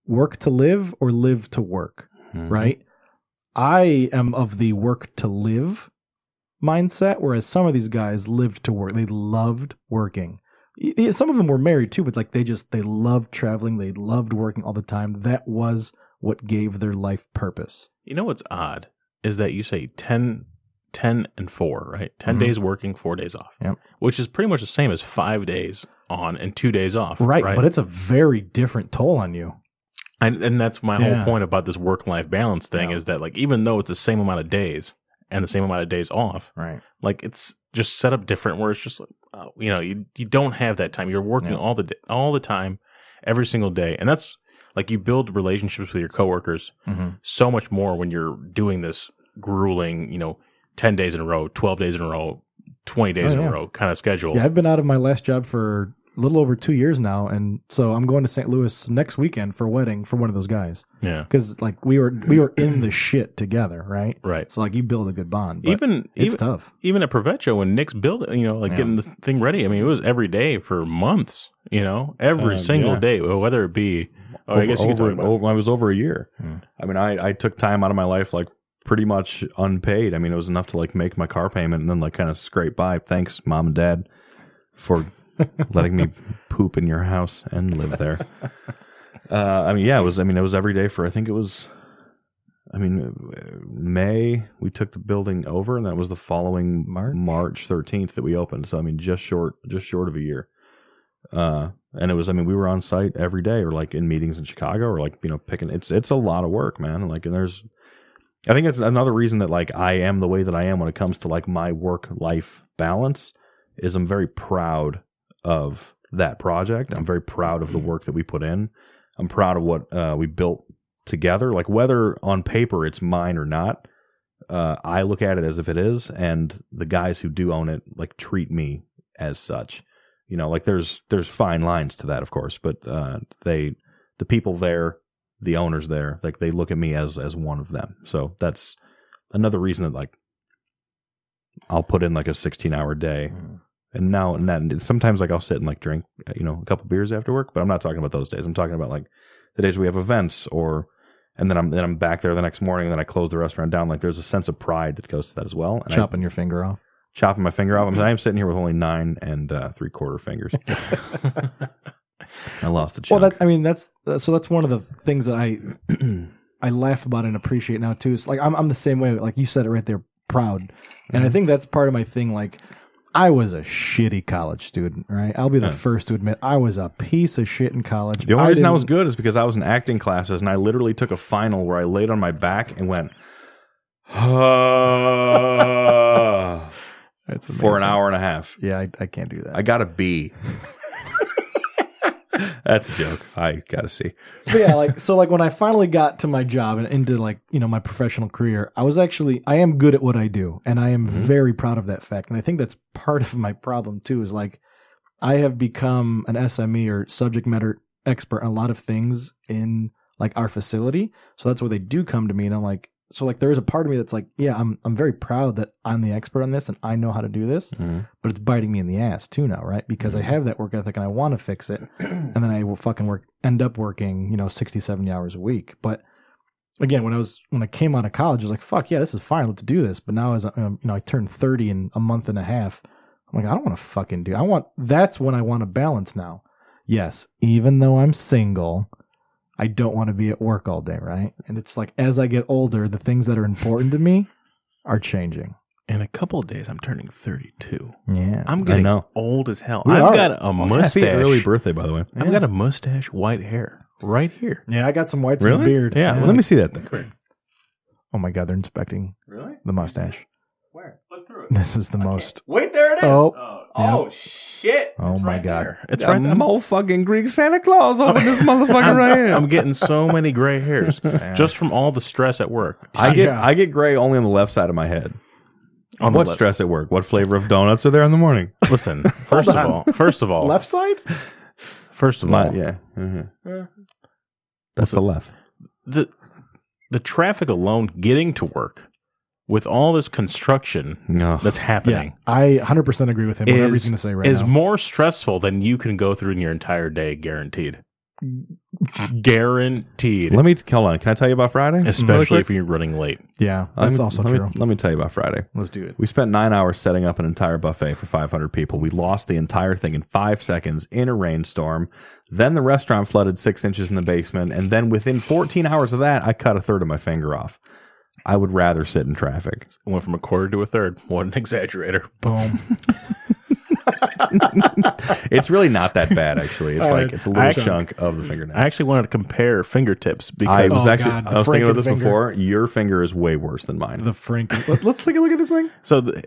S3: work to live or live to work right? I am of the work to live mindset, whereas some of these guys lived to work. They loved working. Y- y- Some of them were married too, but like they just they loved traveling. They loved working all the time. That was what gave their life purpose.
S2: you know what's odd is that you say 10 10 and 4 right 10
S3: Mhm.
S2: days working 4 days off
S3: Yep.
S2: which is pretty much the same as 5 days on and 2 days off
S3: Right, but it's a very different toll on you.
S2: And, and that's my
S3: Yeah.
S2: whole point about this work life balance thing is that like even though it's the same amount of days and the same amount of days off,
S3: Right.
S2: like it's just set up different where it's just like uh, you know you you don't have that time. You're working
S3: Yeah.
S2: all the day, all the time, every single day, and that's like you build relationships with your coworkers
S3: Mhm.
S2: so much more when you're doing this grueling, you know, ten days in a row, twelve days in a row, twenty days
S3: Oh,
S2: in
S3: yeah.
S2: a row kind of schedule.
S3: Yeah, I've been out of my last job for a little over two years now, and so I'm going to St. Louis next weekend for a wedding for one of those guys
S2: yeah.
S3: because like we were we were in the shit together, right?
S2: right.
S3: So like you build a good bond. but
S2: Even
S3: it's
S2: even,
S3: tough.
S2: even at Provecho when Nick's building, you know, like
S3: Yeah.
S2: getting the thing ready. I mean, it was every day for months. You know, every
S3: Um,
S1: Uh,
S2: single
S1: yeah.
S2: day, whether it be. Oh, I guess you could
S1: over,
S2: talk about it.
S1: over, I was over a year.
S3: Hmm.
S1: I mean, I, I took time out of my life, like pretty much unpaid. I mean, it was enough to like make my car payment and then like kind of scrape by. Thanks, mom and dad, for letting me poop in your house and live there. Uh, I mean, yeah, it was. I mean, it was every day for. I think it was. I mean, uh, May we took the building over, and that was the following
S3: March?
S1: March thirteenth that we opened. So I mean, just short, just short of a year. Uh, and it was. I mean, we were on site every day, or like in meetings in Chicago, or like you know, picking. It's it's a lot of work, man. Like, and there's. I think that's another reason that like I am the way that I am when it comes to like my work life balance is I'm very proud of that project. I'm very proud of the work that we put in. I'm proud of what uh, we built together. Like whether on paper it's mine or not, uh, I look at it as if it is, and the guys who do own it like treat me as such. You know, like there's there's fine lines to that, of course, but uh, they the people there, the owners there, like they look at me as as one of them. So that's another reason that like I'll put in like a 16 hour day and now and then sometimes like I'll sit and like drink uh, you know a couple beers after work, but I'm not talking about those days. I'm talking about like the days we have events or and then I'm then I'm back there the next morning and then I close the restaurant down. Like there's a sense of pride that goes to that as well. And I-
S3: chopping your finger off.
S1: chopping my finger off. I'm, I am sitting here with only nine and uh, three quarter fingers. I lost the chunk.
S3: Well, that, I mean, that's uh, so that's one of the things that I I laugh about and appreciate now too. It's like I'm I'm the same way. Like you said it right there, proud, and I
S1: Mm-hmm.
S3: think that's part of my thing. Like I was a shitty college student, right? I'll be the first to admit I was a piece of shit in college.
S1: the only
S3: I
S1: reason I
S3: didn't-
S1: was good is because I was in acting classes and I literally took a final where I laid on my back and went
S3: That's
S1: for an
S3: amazing.
S1: hour and a half.
S3: Yeah, I, I can't do that.
S1: I got a B. That's a joke. I got a C.
S3: but yeah, like so, like when I finally got to my job and into like you know my professional career, I was actually I am good at what I do, and I am very proud of that fact. And I think that's part of my problem too is like I have become an SME or subject matter expert on a lot of things in like our facility. So that's where they do come to me, and I'm like, so like there is a part of me that's like, yeah, I'm I'm very proud that I'm the expert on this and I know how to do this but it's biting me in the ass too now, right? Because I have that work ethic and I want to fix it, and then I will fucking work, end up working, you know, 60, 70 hours a week. But again, when I was when I came out of college, I was like, fuck yeah, this is fine, let's do this. But now as I, um, you know, I turned thirty in a month and a half, I'm like, I don't want to fucking do. I want that's when I want to balance now. Yes, even though I'm single. I don't want to be at work all day, right? And it's like as I get older, the things that are important to me are changing.
S2: In a couple of days, I'm turning 32.
S3: Yeah.
S2: I'm getting
S1: know.
S2: old as hell.
S3: We
S2: I've
S3: are.
S2: got a mustache.
S1: Happy early birthday, by the way.
S2: I've got a mustache, white hair, right here.
S3: Yeah, I got some whites in the
S1: Really?
S3: beard.
S2: Yeah.
S1: Let me see that thing.
S3: Oh my god, they're inspecting
S6: Really?
S3: the mustache.
S6: Where? Look through it.
S3: This is the most.
S6: Wait, there it is.
S3: Oh.
S6: oh,
S3: Yeah.
S6: oh, shit.
S3: Oh
S6: It's
S3: my
S6: right
S3: God.
S6: there.
S2: It's right.
S1: I'm old fucking Greek Santa Claus over this motherfucker
S2: I'm,
S1: right here.
S2: I'm getting so many gray hairs just from all the stress at work.
S1: I get
S3: Yeah.
S1: I get gray only on the left side of my head.
S2: On the
S1: what
S2: left.
S1: stress at work? What flavor of donuts are there in the morning?
S2: Listen, first of all, first of
S6: Oh.
S2: all,
S3: Left side?
S2: first of
S1: My-
S2: all,
S1: yeah, mhm. that's the left.
S2: the the traffic alone getting to work with all this construction
S1: No,
S2: that's happening.
S3: I 100% agree with him on
S2: is,
S3: everything to say right
S2: is
S3: now.
S2: more stressful than you can go through in your entire day, guaranteed. guaranteed.
S1: let me hold on. Can I tell you about Friday?
S2: Especially if you're running late.
S3: yeah,
S1: Let
S3: that's
S1: me-
S3: also
S1: let me-
S3: true.
S1: let me tell you about Friday.
S3: Let's do it.
S1: We spent nine hours setting up an entire buffet for 500 people. We lost the entire thing in five seconds in a rainstorm. Then the restaurant flooded six inches in the basement. And then within 14 hours of that, I cut a third of my finger off. I would rather sit in traffic.
S2: It went from a quarter to a third. What an exaggerator.
S3: Boom.
S1: It's really not that bad, actually. It's
S3: Uh,
S1: like
S3: it's
S1: it's a little
S3: actually-
S1: chunk of the fingernail.
S2: I actually wanted to compare fingertips
S1: I
S2: because
S1: was
S3: Oh,
S1: actually
S3: God,
S1: I was
S3: the
S1: thinking about this
S3: Frankenfinger.
S1: before. Your finger is way worse than mine.
S3: the Frank. Let, us take a look at this thing.
S2: so the,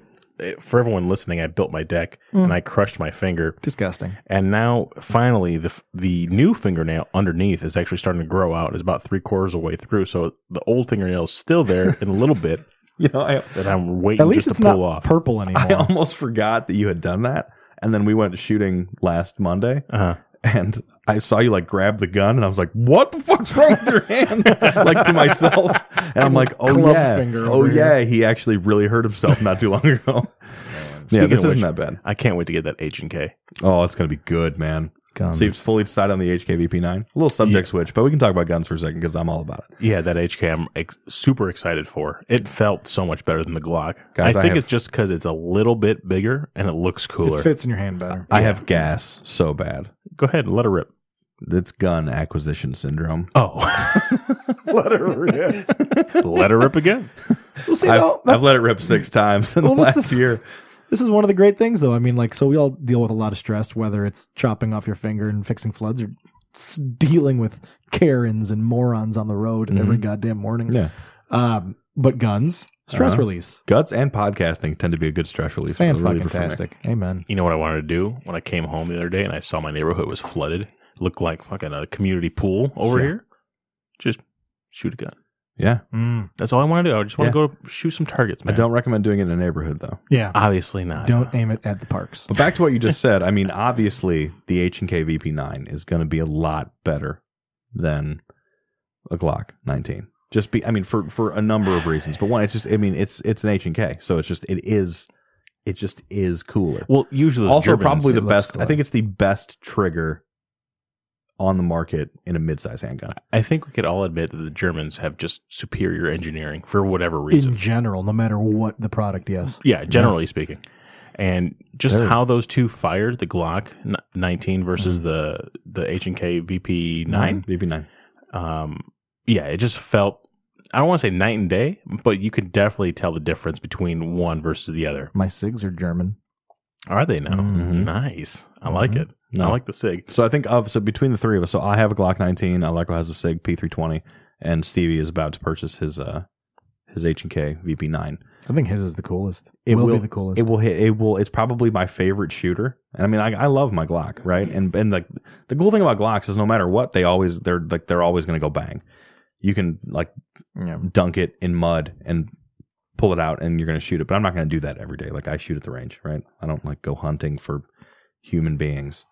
S2: for everyone listening, I built my deck and
S3: Mm.
S2: I crushed my finger.
S3: Disgusting.
S2: And now, finally, the f- the new fingernail underneath is actually starting to grow out. It's about three quarters of the way through, so the old fingernail is still there in a little bit
S1: you know, I,
S2: that I'm waiting
S3: At least
S2: just
S3: it's
S2: to pull
S3: not
S2: off.
S3: purple
S1: I
S3: anymore.
S1: almost forgot that you had done that. And then we went shooting last Monday.
S2: uh-huh.
S1: and I saw you like grab the gun, and I was like, "What the fuck's wrong with your hand?" like to myself, and I'm like, "Oh
S3: Club
S1: yeah,
S3: finger
S1: oh
S3: over
S1: yeah." He actually really hurt himself not too long ago. yeah,
S2: Speaking
S1: this
S2: of
S1: isn't
S2: which-
S1: that bad.
S2: I can't wait to get that H and K.
S1: Oh, it's gonna be good, man.
S3: guns.
S1: So you've fully decided on the HKVP9. A little subject switch, but we can talk about guns for a second because I'm all about it.
S2: Yeah, that HK I'm ex- super excited for. It felt so much better than the Glock.
S1: Guys,
S2: I
S1: I
S2: think
S1: have-
S2: it's just because it's a little bit bigger and it looks cooler.
S3: It fits in your hand better.
S1: I have gas so bad.
S2: Go ahead, let her rip.
S1: It's gun acquisition syndrome.
S2: Oh,
S3: Let her rip.
S2: let her rip again.
S3: well, see,
S1: I've,
S3: though, that-
S1: I've let it rip six times in
S3: Well,
S1: the
S3: this
S1: last
S3: is-
S1: year.
S3: this is one of the great things, though. I mean, like, so we all deal with a lot of stress, whether it's chopping off your finger and fixing floods or s- dealing with Karens and morons on the road every goddamn morning.
S1: Yeah.
S3: Um, but guns, stress
S1: Uh-huh.
S3: release.
S1: Guts and podcasting tend to be a good stress release.
S3: Fan
S1: reliever for me.
S3: fantastic. Amen.
S2: You know what I wanted to do when I came home the other day and I saw my neighborhood was flooded? Looked like fucking a community pool over
S1: Yeah.
S2: here. Just shoot a gun.
S1: Yeah.
S3: Mm,
S2: That's all I want to do. I just want
S1: Yeah.
S2: to go shoot some targets,
S1: I
S2: man.
S1: don't recommend doing it in a neighborhood, though.
S3: yeah.
S2: Obviously not.
S3: Don't aim it at the parks.
S1: But back to what you just said. I mean, obviously, the H and K VP9 is going to be a lot better than a Glock 19. Just be, I mean, for for a number of reasons. But one, it's just, I mean, it's it's an H and K, so it's just it is, it just is cooler.
S2: Well, usually those
S1: also,
S2: Germans-
S1: probably the
S3: it looks
S1: best. I
S3: cooler.
S1: think it's the best trigger on the market in a midsize handgun.
S2: I think we could all admit that the Germans have just superior engineering for whatever reason.
S3: In general, no matter what the product, yes.
S2: Yeah, generally speaking. And just
S1: Very. Mm-hmm.
S2: how those two fired, the Glock n- 19 versus the the H&K VP9.
S1: VP9.
S2: Um, yeah, it just felt I don't want to say night and day, but you could definitely tell the difference between one versus the other.
S3: My SIGs are German. Mm.
S2: Are they now?
S1: Mhm.
S2: Nice. I like it. I
S1: No.
S2: like the SIG.
S1: So I think of so between the three of us. So I have a Glock 19. Aleko has a Sig P320, and Stevie is about to purchase his uh his H and K VP9.
S3: I think his is the coolest.
S1: It
S3: will,
S1: will-
S3: be the coolest.
S1: It will hit. It will. It's probably my favorite shooter. And I mean, I, I love my Glock, right? And and like the cool thing about Glocks is no matter what, they always they're like they're always going to go bang. You can like
S3: yeah.
S1: dunk it in mud and pull it out, and you're going to shoot it. But I'm not going to do that every day. Like I shoot at the range, right? I don't like go hunting for human beings.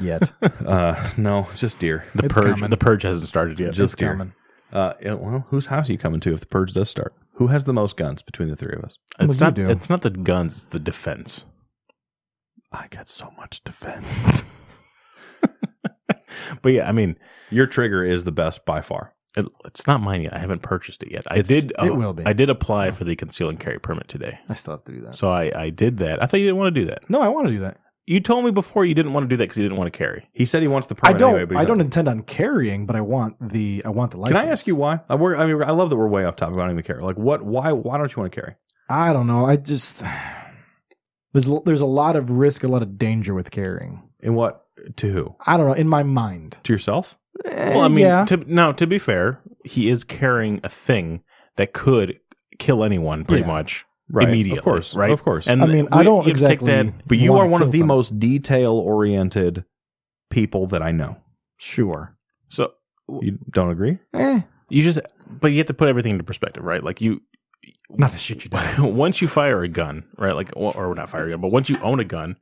S3: Yet.
S1: Uh, no, just deer.
S2: The
S3: It's
S2: purge
S3: coming.
S2: the purge hasn't started yet.
S1: Just
S3: it's
S1: deer.
S3: coming.
S1: Uh, it- well, whose house are you coming to if the purge does start? Who has the most guns between the three of us?
S3: Well,
S2: it's
S3: you
S2: not
S3: do.
S2: it's not the guns, it's the defense.
S1: I got so much defense.
S2: But yeah, I mean,
S1: Your trigger is the best by far.
S2: it, it's not mine yet. I haven't purchased it yet. I
S1: It's-
S2: did uh,
S3: it will be.
S2: I did apply for the conceal and carry permit today.
S3: I still have to do that.
S2: So I, I did that. I thought you didn't want to do that.
S3: No, I want to do that.
S2: You told me before you didn't want to do that because you didn't want to carry.
S1: He said he wants the
S3: I
S1: permit.
S3: don't.
S1: Anyway, but he's
S3: I don't
S1: like-
S3: intend on carrying, but I want the. I want the
S1: Can
S3: license.
S1: I ask you why? I, we're, I mean, I love that we're way off topic. I don't even care. Like, what? Why? Why don't you want to carry?
S3: I don't know. I just there's a- there's a lot of risk, a lot of danger with carrying.
S1: And what? To who?
S3: I don't know. In my mind, Eh,
S1: To yourself?
S2: Well, I mean,
S3: yeah.
S2: to, now to be fair, he is carrying a thing that could kill anyone pretty
S3: Yeah.
S2: much
S1: Right.
S2: immediately.
S1: Of course.
S2: right?
S1: Of course.
S2: And
S3: I mean, I
S2: we-
S3: don't
S2: you have to take
S3: exactly.
S2: that-
S1: but you
S3: wanna
S1: are one of
S3: kill
S1: the
S3: someone.
S1: most detail-oriented people that I know.
S3: sure.
S2: So
S1: You don't agree?
S3: Eh,
S2: you just, but you have to put everything into perspective, right? Like you,
S3: not to shoot you down.
S2: once you fire a gun, right? Like, or or not fire a gun, but once you own a gun,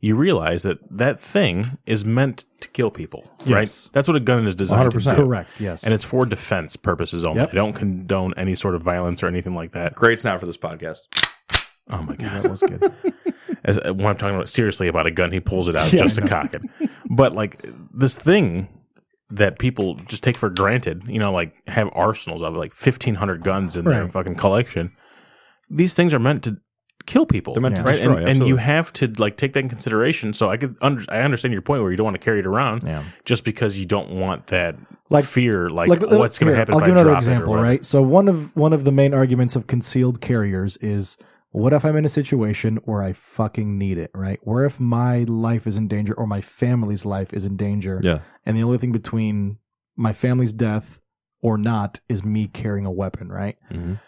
S2: you realize that that thing is meant to kill people,
S3: Yes.
S2: right? That's what a gun is designed to
S1: 100%.
S2: do.
S3: Correct. Yes.
S2: And it's for defense purposes only.
S3: Yep.
S2: I don't condone any sort of violence or anything like that.
S1: Great snout for this podcast.
S2: Oh my god!
S3: that was good.
S2: As, uh, when I'm talking about seriously about a gun, he pulls it out
S3: Yeah,
S2: just
S3: I
S2: to cock it. But like this thing that people just take for granted, you know, like have arsenals of like 1,500 guns in their
S3: Right.
S2: fucking collection. These things are meant to kill people.
S1: They're meant
S3: Yeah.
S1: to
S2: right?
S1: destroy.
S2: and, and you
S1: absolutely.
S2: have to like take that in consideration. So I could under, I understand your point where you don't want to carry it around
S3: Yeah.
S2: just because you don't want that
S3: Like-
S2: fear, like,
S3: Like,
S2: what's going
S3: here,
S2: to happen.
S3: I'll
S2: if
S3: give
S2: I
S3: another
S2: drop
S3: example,
S2: it or whatever.
S3: right? So one of one of the main arguments of concealed carriers is what if I'm in a situation where I fucking need it, right? Where if my life is in danger or my family's life is in danger,
S1: yeah.
S3: and the only thing between my family's death or not is me carrying a weapon, right?
S1: Mhm.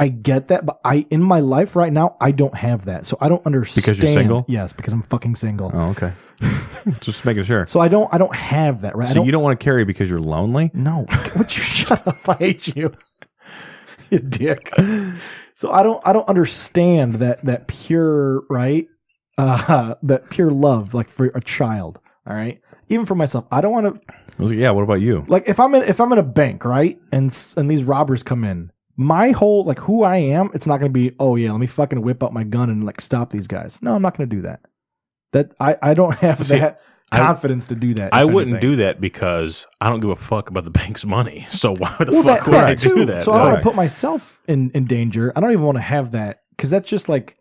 S3: I get that, but I in my life right now I don't have that, so I don't understand.
S1: you're single?
S3: yes, because I'm fucking single.
S1: Oh, okay. Just making sure.
S3: So I don't, I don't have that, right? I
S1: So
S3: don't,
S1: you don't want to carry because you're lonely?
S3: no, would you shut up? I hate you, you dick. So I don't, I don't understand that that pure right, uh, that pure love, like for a child. All right, even for myself, I don't want to
S1: I was like, yeah. What about you?
S3: like if I'm in if I'm in a bank, right, and s- and these robbers come in, my whole like who I am, it's not going to be oh yeah, let me fucking whip out my gun and like stop these guys. No, I'm not going to do that. That I I don't have
S2: See,
S3: that confidence to do that. if
S2: I wouldn't
S3: anything.
S2: do that because I don't give a fuck about the bank's money. So why the
S3: Well,
S2: fuck
S3: that,
S2: would
S3: that
S2: I
S3: too.
S2: do that?
S3: So I don't want
S1: Right.
S3: to put myself in, in danger. I don't even want to have that because that's just like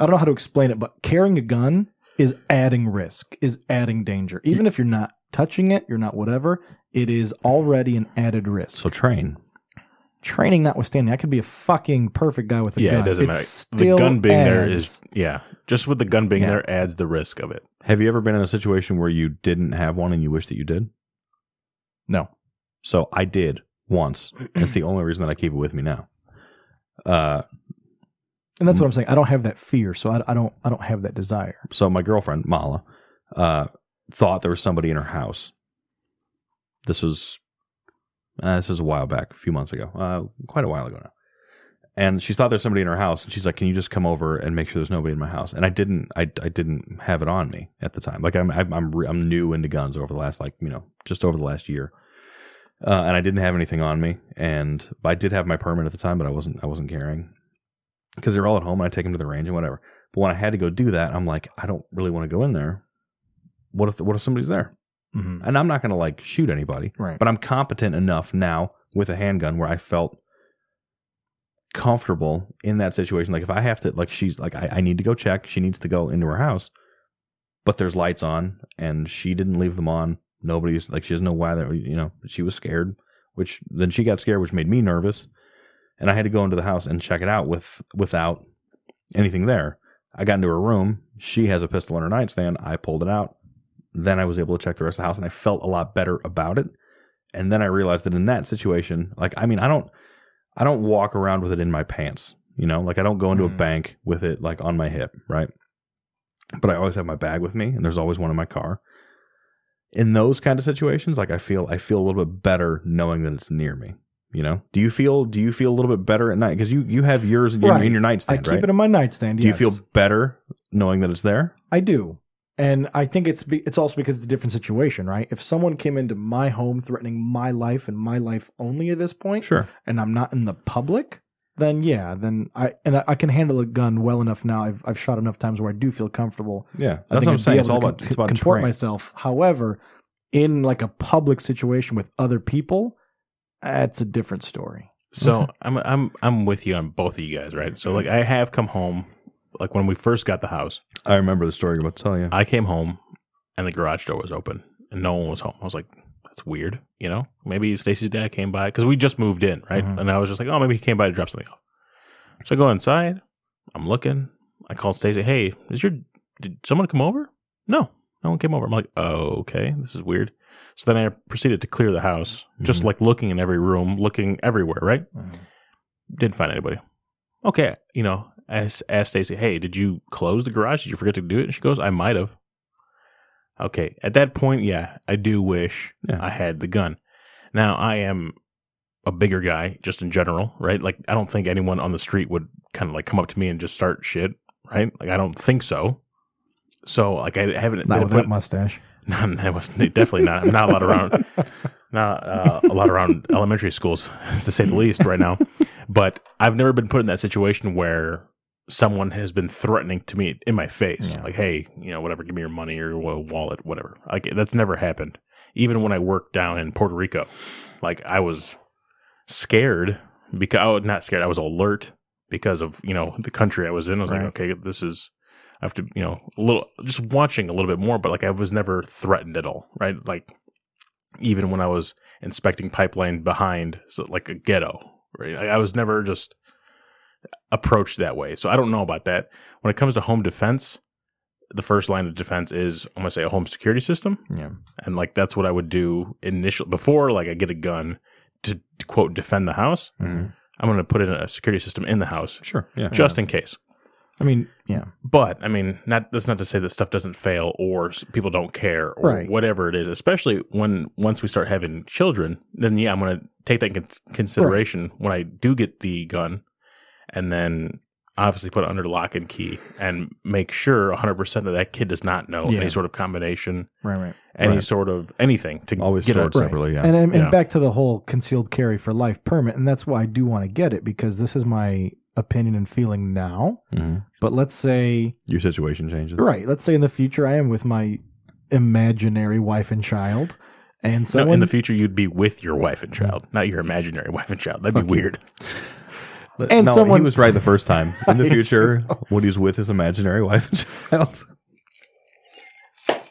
S3: I don't know how to explain it, but carrying a gun is adding risk, is adding danger. Even if you're not touching it, you're not whatever. It is already an added risk.
S1: So train.
S3: Training notwithstanding, I could be a fucking perfect guy with a
S2: yeah,
S3: gun.
S2: it doesn't
S3: It
S2: matter. The
S3: still
S2: gun being there
S3: adds-
S2: is yeah. Just with the gun being
S3: Yeah.
S2: there adds the risk of it.
S1: Have you ever been in a situation where you didn't have one and you wish that you did?
S3: no.
S1: So I did once. and it's the only reason that I keep it with me now. Uh,
S3: And that's what I'm saying. I don't have that fear, so I, I don't. I don't have that desire.
S1: so my girlfriend Mala uh, thought there was somebody in her house. This was uh, this is a while back, a few months ago, uh, quite a while ago now. And she thought there's somebody in her house, and she's like, "Can you just come over and make sure there's nobody in my house?" And I didn't, I, I didn't have it on me at the time. Like I'm, I'm, I'm, re- I'm new into guns over the last, like you know, just over the last year, uh, and I didn't have anything on me. And I did have my permit at the time, but I wasn't, I wasn't carrying because they're all at home. and I take them to the range and whatever. But when I had to go do that, I'm like, I don't really want to go in there. What if what if somebody's there?
S3: Mm-hmm.
S1: And I'm not going to like shoot anybody,
S3: Right.
S1: but I'm competent enough now with a handgun where I felt comfortable in that situation. Like if I have to, like she's like, I, I need to go check. She needs to go into her house, but there's lights on, and she didn't leave them on. Nobody's like she doesn't know why that you know she was scared, which then she got scared, which made me nervous, and I had to go into the house and check it out with without anything there. I got into her room. She has a pistol on her nightstand. I pulled it out. Then I was able to check the rest of the house and I felt a lot better about it. And then I realized that in that situation, like I mean, I don't I don't walk around with it in my pants, you know? Like I don't go into a
S3: Mhm.
S1: bank with it like on my hip, right? But I always have my bag with me and there's always one in my car. In those kind of situations, like I feel I feel a little bit better knowing that it's near me. You know, do you feel do you feel a little bit better at night because you you have yours in, your-
S3: Right.
S1: in your
S3: I
S1: nightstand,
S3: keep
S1: right?
S3: it in my nightstand.
S1: Do
S3: yes.
S1: you feel better knowing that it's there?
S3: I do. And I think it's be, it's also because it's a different situation, right? If someone came into my home threatening my life and my life only at this point,
S1: Sure.
S3: and I'm not in the public, then yeah, then I and I, I can handle a gun well enough now. I've I've shot enough times where I do feel comfortable.
S1: Yeah.
S3: I
S1: That's
S3: think
S1: what I'm
S3: I'd be
S1: saying. It's
S3: able
S1: all
S3: to
S1: about
S3: con-
S1: it's about
S3: comport
S1: terrain.
S3: myself. However, in like a public situation with other people, that's a different story.
S2: So I'm I'm I'm with you on both of you guys, right? So like I have come home, like when we first got the house,
S1: I remember the story I'm about to tell you.
S2: I came home and the garage door was open and no one was home. I was like, that's weird, you know? Maybe Stacy's dad came by because we just moved in, right?
S3: Mhm.
S2: And I was just like, oh, maybe he came by to drop something off. So I go inside. I'm looking. I called Stacy, hey, is your did someone come over? No, no one came over. I'm like, oh, okay, this is weird. So then I proceeded to clear the house, just
S1: Mhm.
S2: like looking in every room, looking everywhere, right? Didn't find anybody. Okay, you know, I s- asked Stacy, hey, did you close the garage? Did you forget to do it? And she goes, I might have. Okay, at that point, yeah, I do wish
S1: Yeah.
S2: I had the gun. Now, I am a bigger guy just in general, right? Like, I don't think anyone on the street would kind of like come up to me and just start shit, right? Like, I don't think so. So, like, I haven't.
S3: Not
S2: been
S3: with
S2: put-
S3: that mustache.
S2: no, that was definitely not not a lot around. Not uh, a lot around elementary schools, to say the least, right now. But I've never been put in that situation where someone has been threatening to me in my face, like, "Hey, you know, whatever, give me your money or your wallet, whatever." Like that's never happened. Even when I worked down in Puerto Rico, like I was scared because I was not scared. I was alert because of you know the country I was in. I was
S3: Right.
S2: like, okay, this is I have to you know a little just watching a little bit more, but like I was never threatened at all, right? Like even when I was inspecting pipeline behind so like a ghetto, right? I, I was never just approached that way. So I don't know about that. When it comes to home defense, the first line of defense is I'm gonna say a home security system.
S3: Yeah.
S2: And like that's what I would do initial before like I get a gun to, to quote defend the house.
S1: Mhm.
S2: I'm going to put in a security system in the house
S1: Sure. Yeah.
S2: just in case.
S3: I mean, yeah.
S2: But I mean, not that's not to say that stuff doesn't fail or s- people don't care or
S3: Right.
S2: whatever it is. Especially when once we start having children, then yeah, I'm going to take that in con- consideration when I do get the gun, and then obviously put it under lock and key and make sure 100 percent that that kid does not know
S3: Yeah.
S2: any sort of combination,
S3: Right. Right.
S2: any
S1: Right.
S2: sort of anything to
S1: Always
S2: get
S1: stored
S2: it.
S1: separately. Yeah.
S3: And, and, and
S2: Yeah.
S3: back to the whole concealed carry for life permit, and that's why I do want to get it because this is my opinion and feeling now.
S1: Mhm.
S3: But let's say,
S1: Your situation changes.
S3: right, let's say in the future I am with my imaginary wife and child, and
S2: No,
S3: someone
S2: in the future, you'd be with your wife and child, not your imaginary wife and child. That'd be weird.
S3: And
S1: no,
S3: someone-
S1: he was right the first time. In the future, Woody's with his imaginary wife and child,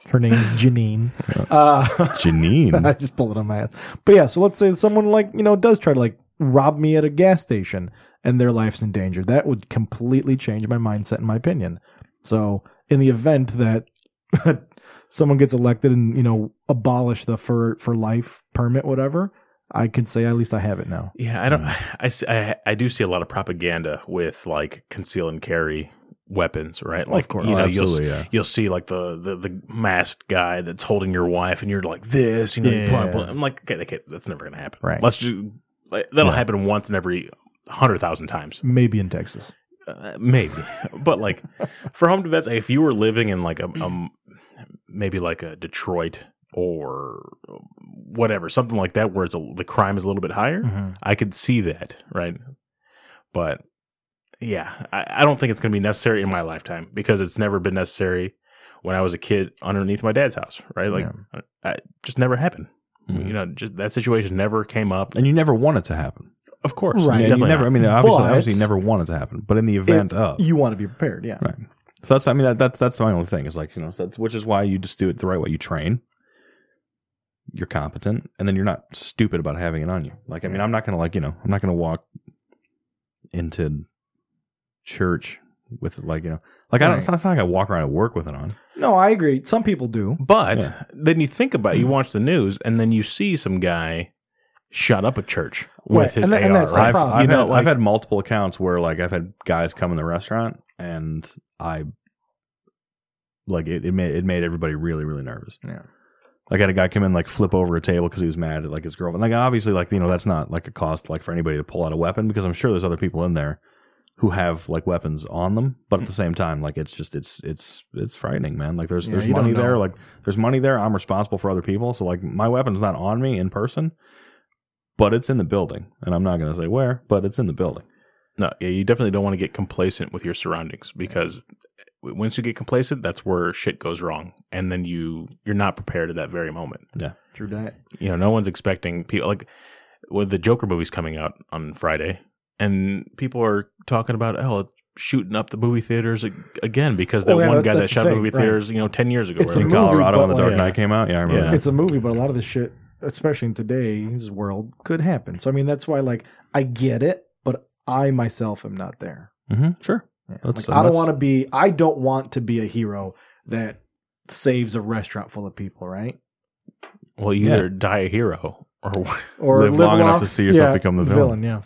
S3: her name's Janine. Uh, I
S1: Janine.
S3: just pulled it on my head. But yeah, so let's say someone like you know does try to like rob me at a gas station and their life's in danger. That would completely change my mindset and my opinion. So in the event that someone gets elected and you know abolish the for for life permit whatever, I could say at least I have it now.
S2: Yeah, I don't.
S3: Hmm.
S2: I, see- I I do see a lot of propaganda with like conceal and carry weapons, right? Like,
S3: course.
S2: you know,
S1: Oh,
S2: you'll s-
S1: absolutely, yeah.
S2: you'll see like the, the the masked guy that's holding your wife, and you're like this, you know. you blah,
S3: Yeah.
S2: blah. I'm like, okay, okay, that's never gonna happen.
S3: Right.
S2: Let's just like, that'll happen once in every hundred thousand times,
S3: Maybe in Texas.
S2: uh, maybe. but like for home defense, if you were living in like a um, maybe like a Detroit or whatever, something like that, where it's a, the crime is a little bit higher.
S3: Mm-hmm.
S2: I could see that, right? But yeah, I, I don't think it's going to be necessary in my lifetime because it's never been necessary when I was a kid underneath my dad's house, right? Like, I, I- just never happened.
S3: Mm-hmm.
S1: Mhm.
S2: You know, just that situation never came up.
S1: And you never want it to happen.
S2: Of course,
S3: Right.
S1: And you
S2: definitely
S1: never. I
S2: not.
S1: mean, obviously,
S3: But-
S1: obviously, you never want it to happen. But in the event of,
S3: You want to be prepared, yeah.
S1: Right. So that's I mean that that's that's my only thing is like you know that's which is why you just do it the right way. You train, you're competent, and then you're not stupid about having it on you. Like I mean, I'm not gonna like you know I'm not gonna walk into church with like you know like I don't. It's not, it's not like I walk around at work with it on.
S3: No, I agree. Some people do.
S2: But
S1: Yeah.
S2: then you think about it,
S3: Mm-hmm.
S2: you watch the news, and then you see some guy shot up a church
S3: Right,
S2: with his
S3: and tha-
S2: AR.
S3: and that's the
S2: right?
S1: I've,
S3: problem.
S1: I've,
S2: You know,
S1: had,
S2: like-
S1: I've had multiple accounts where like I've had guys come in the restaurant and I like it, it made it made everybody really really nervous.
S3: Yeah.
S1: Like I had a guy come in like flip over a table because he was mad at like his girlfriend. Like obviously like you know that's not like a cost like for anybody to pull out a weapon because I'm sure there's other people in there who have like weapons on them. But at the same time like it's just it's it's it's frightening man. Like there's
S3: Yeah,
S1: there's
S3: you don't
S1: money there
S3: know.
S1: like there's money there. I'm responsible for other people. So like my weapon's not on me in person, but it's in the building, and I'm not gonna say where, but it's in the building.
S2: No, yeah, you definitely don't want to get complacent with your surroundings because w- once you get complacent, that's where shit goes wrong, and then you you're not prepared at that very moment.
S3: True diet.
S2: You know, no one's expecting people like when the Joker movie's coming out on Friday, and people are talking about oh shooting up the movie theaters ag- again because that
S3: Well, Oh, yeah,
S2: one
S3: that's-
S2: guy that
S3: that's the
S2: shot the
S3: thing,
S2: movie
S3: right.
S2: theaters you know ten years ago.
S3: It's
S2: or
S3: a
S1: In
S2: whatever.
S3: movie,
S1: Colorado,
S3: but
S1: when the Dark
S2: like-
S1: Knight came out, yeah, I remember
S2: Yeah.
S1: that.
S3: it's a movie, but a lot of the shit, especially in today's world, could happen. So I mean, that's why like I get it, but I myself am not there.
S1: Mm-hmm, sure.
S3: Yeah.
S1: That's-
S3: Like, I don't
S1: that's-
S3: want to be. I don't want to be a hero that saves a restaurant full of people, right?
S2: Well, you
S1: Yeah.
S2: either die a hero or
S3: Or
S1: Live long enough to see yourself become the villain.
S3: Yeah,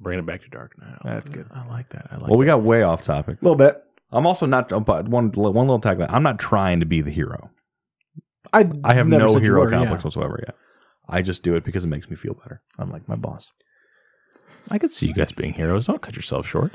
S2: bring it back to Dark Knight.
S3: That's good.
S2: I like that. I like.
S1: Well, we got way off topic.
S3: a little bit.
S1: I'm also not uh, but one one little tagline. I'm not trying to be the hero.
S3: I
S1: I have
S3: never
S1: no
S3: said you
S1: hero
S3: were, yeah.
S1: complex whatsoever. Yeah, I just do it because it makes me feel better.
S3: I'm like my boss.
S2: that. I could see you guys being heroes. Don't cut yourself short.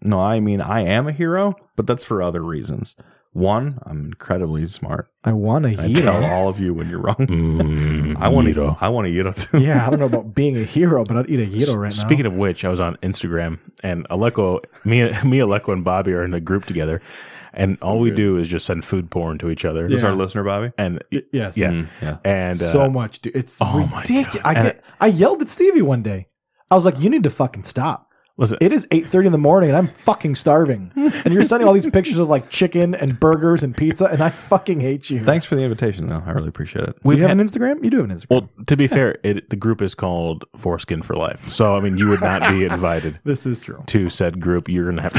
S1: No, I mean I am a hero, but that's for other reasons. One, I'm incredibly smart.
S3: I want a
S1: I tell
S3: hero.
S1: all of you when you're wrong.
S2: Mm,
S1: I want
S2: Hero.
S1: to. I want a hero too.
S3: yeah, I don't know about being a hero, but I'd eat a hero right now.
S2: Speaking of which, I was on Instagram and Aleko, me, me, Aleko, and Bobby are in a group together, and all we do is just send food porn to each other.
S1: This is our listener, Bobby.
S2: And
S3: yes,
S2: yeah,
S1: Mm, yeah.
S2: and uh,
S3: so much, dude. It's
S2: Oh my
S3: ridiculous.
S2: God.
S3: I
S2: And-
S3: get, I yelled at Stevie one day. I was like, "You need to fucking stop."
S2: listen,
S3: It is eight thirty in the morning, and I'm fucking starving. and you're sending all these pictures of like chicken and burgers and pizza, and I fucking hate you.
S1: Thanks for the invitation, though. I really appreciate it.
S3: Do
S2: we've
S3: you have
S2: had.
S3: an Instagram? You do have an Instagram.
S2: Well, to be fair, it, the group is called Foreskin for Life. So I mean, you would not be invited
S3: this is true.
S2: to said group. You're gonna have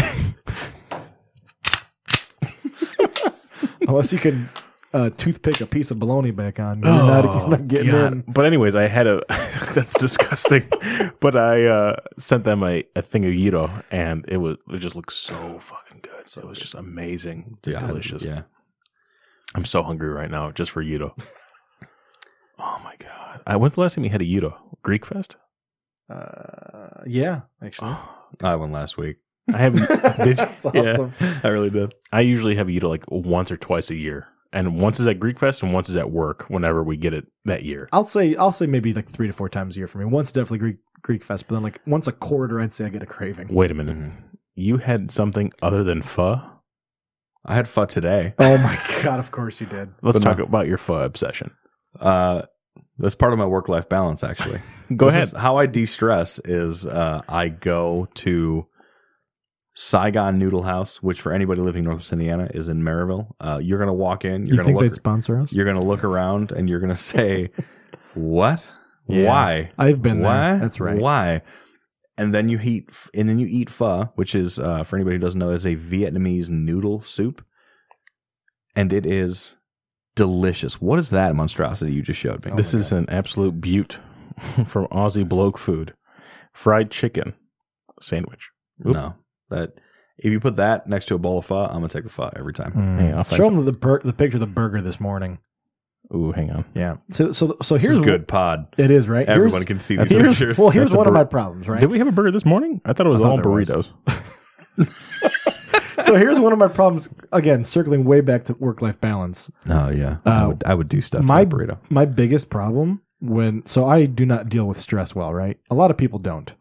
S2: to.
S3: Unless you can uh, toothpick a piece of bologna back on, you're, not, you're not getting
S2: God.
S3: in.
S2: But anyways, I had a that's disgusting. but I uh, sent them a, a thing of gyro, and it was it just looked so fucking good. So it was just amazing,
S1: Yeah, I-
S2: delicious.
S1: Yeah.
S2: I'm so hungry right now just for gyro. oh my god! I, when's the last time you had a gyro? Greek fest?
S3: Uh, yeah, actually,
S1: I had one last week.
S2: I have. did you?
S3: that's awesome.
S1: I really did.
S2: I usually have gyro like once or twice a year, and once is at Greek fest, and once is at work. Whenever we get it that year.
S3: I'll say I'll say maybe like three to four times a year for me. Once definitely Greek Greek fest, but then like once a quarter, I'd say I get a craving.
S2: Wait a minute. You had something other than pho?
S1: I had pho today.
S3: Oh my god! Of course you did.
S2: Let's
S1: But no.
S2: talk about your pho obsession.
S1: Uh, that's part of my work life balance, actually.
S2: Go
S1: This
S2: ahead.
S1: is how I de stress is uh, I go to Saigon Noodle House, which for anybody living in Northwest Indiana is in Maryville. Uh, you're gonna walk in, you're
S3: You
S1: gonna
S3: think
S1: look,
S3: they'd sponsor us?
S1: you're gonna look around, and you're gonna say, "What?
S3: Yeah.
S1: Why?
S3: I've been
S1: Why?
S3: there. That's right.
S1: Why?" And then you heat, f- and then you eat pho, which is uh, for anybody who doesn't know, is a Vietnamese noodle soup, and it is delicious. What is that monstrosity you just showed me?
S3: Oh
S2: this
S3: my
S2: is an absolute beaut from Aussie bloke food. Fried chicken sandwich. Oop.
S1: No, that if you put that next to a bowl of pho, I'm gonna take the pho every time.
S3: Mm.
S2: Hey, I'll find
S3: Show them the bur- the picture of the burger this morning.
S2: some- Ooh, hang on.
S3: Yeah. So so so
S1: This
S3: here's
S1: is good pod.
S3: It is right.
S1: Everyone
S3: Here's-
S1: can see
S2: that's
S1: these
S2: a-
S3: here's-
S1: pictures.
S3: Well, here's
S1: That's a
S3: one of
S1: bur-
S3: my problems. Right.
S2: Did we have a burger this morning? I thought it was
S3: I thought
S2: all
S3: there was.
S2: burritos.
S3: so here's one of my problems. Again, circling way back to work life balance.
S1: Oh yeah, I,
S3: Uh,
S1: would, I would do stuff.
S3: my-
S1: My burrito.
S3: My biggest problem when so I do not deal with stress well. Right. A lot of people don't,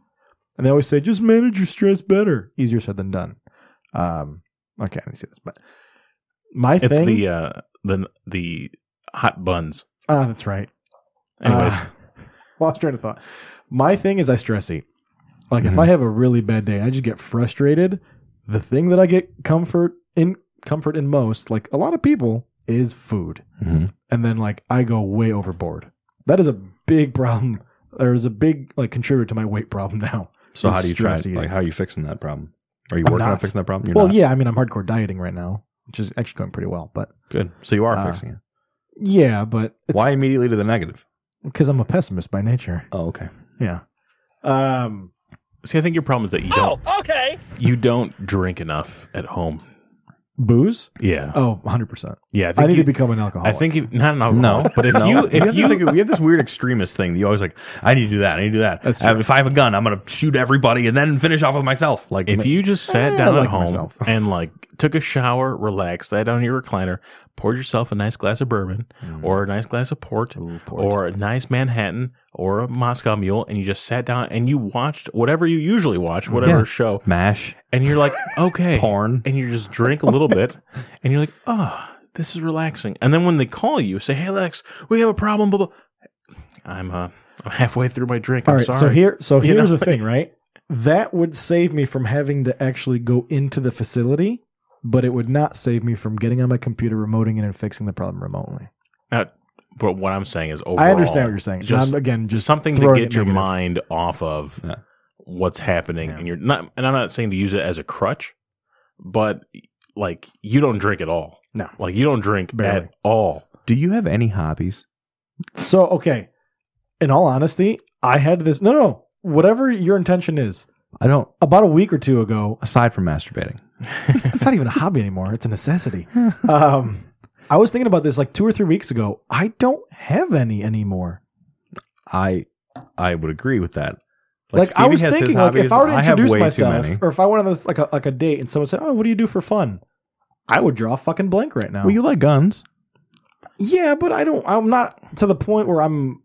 S3: and they always say just manage your stress better. Easier said than done. Um. Okay, I didn't see this, but my
S2: It's
S3: thing.
S2: the uh, the the hot buns.
S3: ah, that's right.
S2: Anyways,
S3: Ah, lost train of thought. My thing is I stress eat. Like if I have a really bad day, I just get frustrated. The thing that I get comfort in comfort in most, like a lot of people, is food.
S1: Mhm.
S3: And then like I go way overboard. That is a big problem. There is a big like contributor to my weight problem now.
S1: So how
S3: It's
S1: do you try?
S3: stress
S1: It?
S3: eating.
S1: Like how are you fixing that problem? Are you
S3: I'm
S1: working on
S3: not.
S1: fixing that problem? You're
S3: well,
S1: not.
S3: yeah, I mean I'm hardcore dieting right now, which is actually going pretty well. But
S1: Good. So you are
S3: Uh,
S1: fixing it.
S3: yeah, but it's
S1: Why immediately to the negative?
S3: because I'm a pessimist by nature.
S1: Oh, okay.
S3: Yeah. Um
S2: see, I think your problem is that you don't
S5: okay.
S2: you don't drink enough at home.
S3: booze?
S2: Yeah,
S3: Oh, 100%.
S2: yeah.
S3: I, need
S2: you-
S3: to become an alcoholic.
S2: I think if, not an alcohol,
S1: No,
S2: but if you
S1: you have
S2: if you
S1: this, like, we have this weird extremist thing. That you always like, I need to do that. I need to do that.
S3: That's
S1: Uh, If I have a gun, I'm gonna shoot everybody and then finish off with myself. Like
S2: if you just sat
S3: Eh,
S2: down
S3: I
S2: at
S3: like
S2: home
S3: myself.
S2: and like took a shower, relaxed, sat down in your recliner, poured yourself a nice glass of bourbon
S1: Mm.
S2: or a nice glass of port, or a nice Manhattan or a Moscow Mule, and you just sat down and you watched whatever you usually watch,
S3: Mm.
S2: whatever
S1: Yeah.
S2: show,
S1: mash
S2: and you're like, okay,
S1: porn,
S2: and you just drink a little bit, and you're like, oh, this is relaxing. And then when they call you, say, hey, Lex, we have a problem. Blah blah. I'm uh, I'm halfway through my drink.
S3: All
S2: I'm
S3: right,
S2: sorry.
S3: so here, so
S2: You
S3: here's
S2: know?
S3: the thing, right? That would save me from having to actually go into the facility, but it would not save me from getting on my computer, remoting it, and fixing the problem remotely.
S2: Now, Uh, but what I'm saying is, overall,
S3: I understand what you're saying.
S2: Just
S3: I'm, again, just
S2: something to
S3: throwing
S2: get
S3: it
S2: your
S3: negative.
S2: mind off of
S1: Yeah.
S2: what's happening, and you're not. And I'm not saying to use it as a crutch, but like you don't drink at all.
S3: No.
S2: like you don't drink
S3: Barely.
S2: at all.
S1: do you have any hobbies?
S3: So okay, in all honesty, I had this. No, no, whatever your intention is.
S1: I don't.
S3: About a week or two ago,
S1: Aside from masturbating.
S3: it's not even a hobby anymore. It's a necessity. Um, I was thinking about this like two or three weeks ago. I don't have any anymore.
S1: I I would agree with that.
S3: Like, I
S1: Steven
S3: was
S1: has his
S3: thinking, like if I were to
S1: have
S3: introduce
S1: way too
S3: myself,
S1: many.
S3: or if I went on this like a like a date, and someone said, "Oh, what do you do for fun?" I would draw a fucking blank right now.
S1: Well, you like guns.
S3: yeah, but I don't. I'm not to the point where I'm.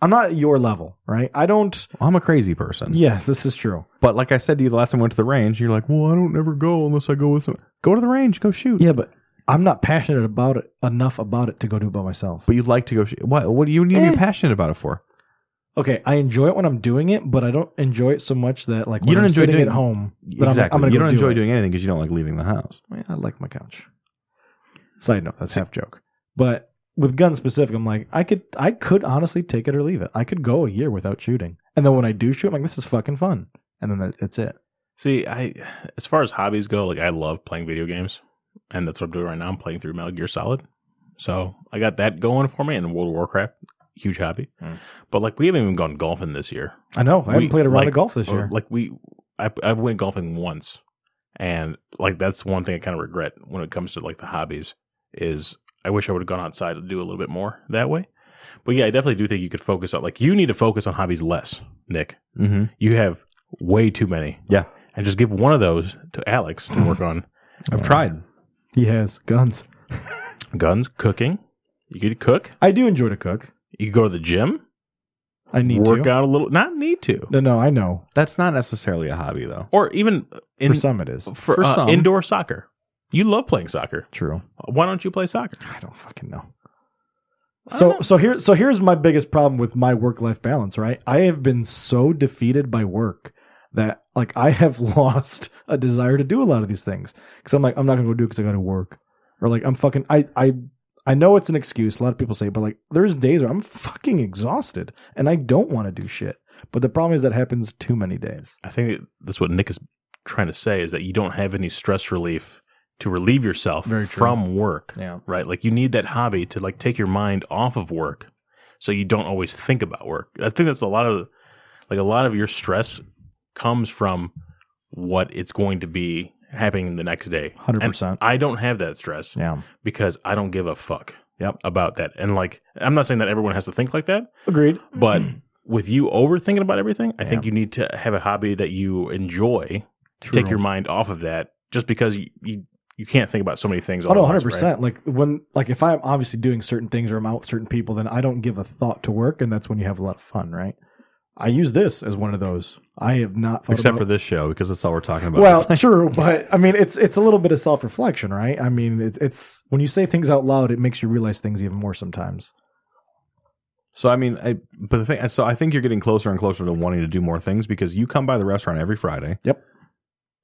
S3: I'm not at your level, right? I don't.
S1: I'm a crazy person.
S3: Yes, this is true.
S1: But like I said to you the last time I went to the range, you're like, well, I don't ever go unless I go with someone. Go to the range, go shoot.
S3: Yeah, but I'm not passionate about it enough about it to go do it by myself.
S1: But you'd like to go shoot. What, what do you need to
S3: Eh.
S1: be passionate about it for?
S3: Okay, I enjoy it when I'm doing it, but I don't enjoy it so much that like when
S1: You don't
S3: I'm
S1: enjoy
S3: sitting
S1: doing-
S3: at home. That I'm like, I'm, gonna
S1: you
S3: go
S1: don't
S3: do
S1: enjoy
S3: it.
S1: doing anything because you don't like leaving the house.
S3: Yeah, I like my couch. Side note, that's half joke. But with guns specific, I'm like, I could I could honestly take it or leave it. I could go a year without shooting. And then when I do shoot, I'm like, this is fucking fun. And then that, that's it.
S2: See, I as far as hobbies go, like I love playing video games, and that's what I'm doing right now. I'm playing through Metal Gear Solid, so I got that going for me. And World of Warcraft, huge hobby.
S3: Hmm.
S2: But like we haven't even gone golfing this year.
S3: I know. I
S2: We-
S3: haven't played a round
S2: like-
S3: of golf this year.
S2: Like we, I I went golfing once, and like that's one thing I kind of regret when it comes to like the hobbies is I wish I would have gone outside to do a little bit more that way. But yeah, I definitely do think you could focus on like you need to focus on hobbies less, Nick.
S1: Mm-hmm.
S2: You have way too many.
S1: Yeah.
S2: And just give one of those to Alex to work on
S1: I've tried.
S3: he has guns.
S2: guns, cooking. You could cook.
S3: I do enjoy to cook.
S2: You could go to the gym.
S3: I need
S2: work
S3: to.
S2: out a little. Not need to.
S3: No, no, I know.
S1: That's not necessarily a hobby, though.
S2: Or even in,
S3: For some it is.
S2: for,
S1: For
S2: uh,
S1: some.
S2: indoor soccer. You love playing soccer.
S3: True.
S2: Why don't you play soccer?
S3: I don't fucking know.
S2: don't
S3: So
S2: know.
S3: so here so here's my biggest problem with my work life balance, right? I have been so defeated by work that like I have lost a desire to do a lot of these things cuz I'm like I'm not going to go do it cuz I got to work or like I'm fucking I I I know it's an excuse. A lot of people say, it, but like there's days where I'm fucking exhausted and I don't want to do shit. But the problem is that happens too many days.
S2: I think that's what Nick is trying to say is that you don't have any stress relief to relieve yourself
S3: Very true.
S2: from work.
S3: Yeah.
S2: Right? Like you need that hobby to like take your mind off of work so you don't always think about work. I think that's a lot of like a lot of your stress comes from what it's going to be happening the next day.
S3: 100%.
S2: And I don't have that stress
S3: Yeah.
S2: because I don't give a fuck
S3: Yep.
S2: about that. And like I'm not saying that everyone has to think like that,
S3: Agreed.
S2: but
S3: Mm-hmm.
S2: with you overthinking about everything, I think you need to have a hobby that you enjoy to take
S3: True.
S2: your mind off of that just because you, you, you can't think about so many things.
S3: Oh
S2: all
S3: no,
S2: at once,
S3: hundred
S2: right?
S3: percent. Like when, like if I'm obviously doing certain things or I'm out with certain people, then I don't give a thought to work, and that's when you have a lot of fun, right? I use this as one of those. I have not thought
S1: Except for
S3: about
S1: this show, because that's all we're talking about.
S3: well, true, but I mean, it's it's a little bit of self reflection, right? I mean, it's it's when you say things out loud, it makes you realize things even more sometimes.
S1: So I mean, I, but the thing, so I think you're getting closer and closer to wanting to do more things because you come by the restaurant every Friday.
S3: Yep.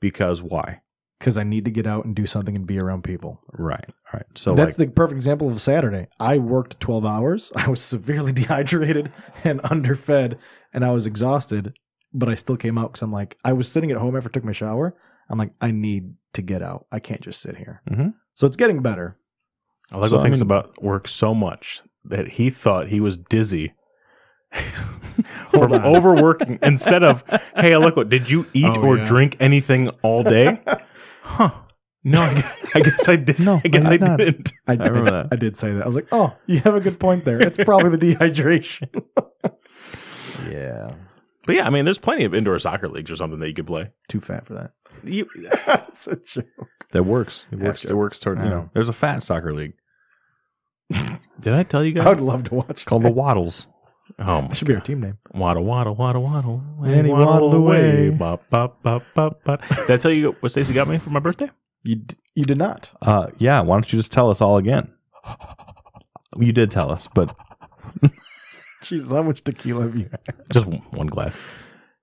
S1: Because why?
S3: Because I need to get out and do something and be around people.
S1: Right. All right. So
S3: That's
S1: like,
S3: the perfect example of Saturday. I worked 12 hours. I was severely dehydrated and underfed, and I was exhausted, but I still came out because I'm like, I was sitting at home after I took my shower. I'm like, I need to get out. I can't just sit here.
S1: Mhm.
S3: So it's getting better.
S2: Alego
S1: So, I
S2: thinks
S1: mean-
S2: about work so much that he thought he was dizzy
S3: Hold
S2: from
S3: on.
S2: overworking instead of, hey, Alego, did you eat
S3: Oh,
S2: or
S3: yeah.
S2: drink anything all day? huh. No, I, gu- I guess I didn't.
S3: No,
S2: I guess
S3: I
S2: I
S3: did not.
S2: didn't.
S3: I, did,
S1: remember that.
S3: I did say that. I was like, oh, you have a good point there. It's probably the dehydration.
S1: yeah.
S2: But yeah, I mean, there's plenty of indoor soccer leagues or something that you could play.
S3: Too fat for that.
S2: You,
S3: That's a joke.
S1: That works. It works. It works toward, you
S3: Yeah.
S1: know, there's a fat soccer league
S2: did I tell you guys?
S3: I would love to watch.
S1: called the Waddles.
S2: oh my
S3: That should be our team name.
S2: Waddle, waddle, waddle, waddle.
S3: And he waddled away.
S2: Bop, bop, bop, bop, bop. Did I tell you what Stacey got me for my birthday?
S3: You d- you did not.
S1: Uh, yeah. Why don't you just tell us all again? You did tell us, but
S3: Jesus, how much tequila have you had?
S2: Just one- one glass.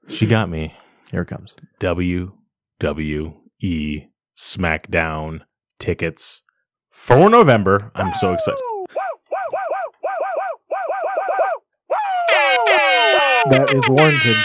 S2: She got me
S3: Here it comes.
S2: WWE E SmackDown tickets for November. I'm so excited.
S3: That is warranted.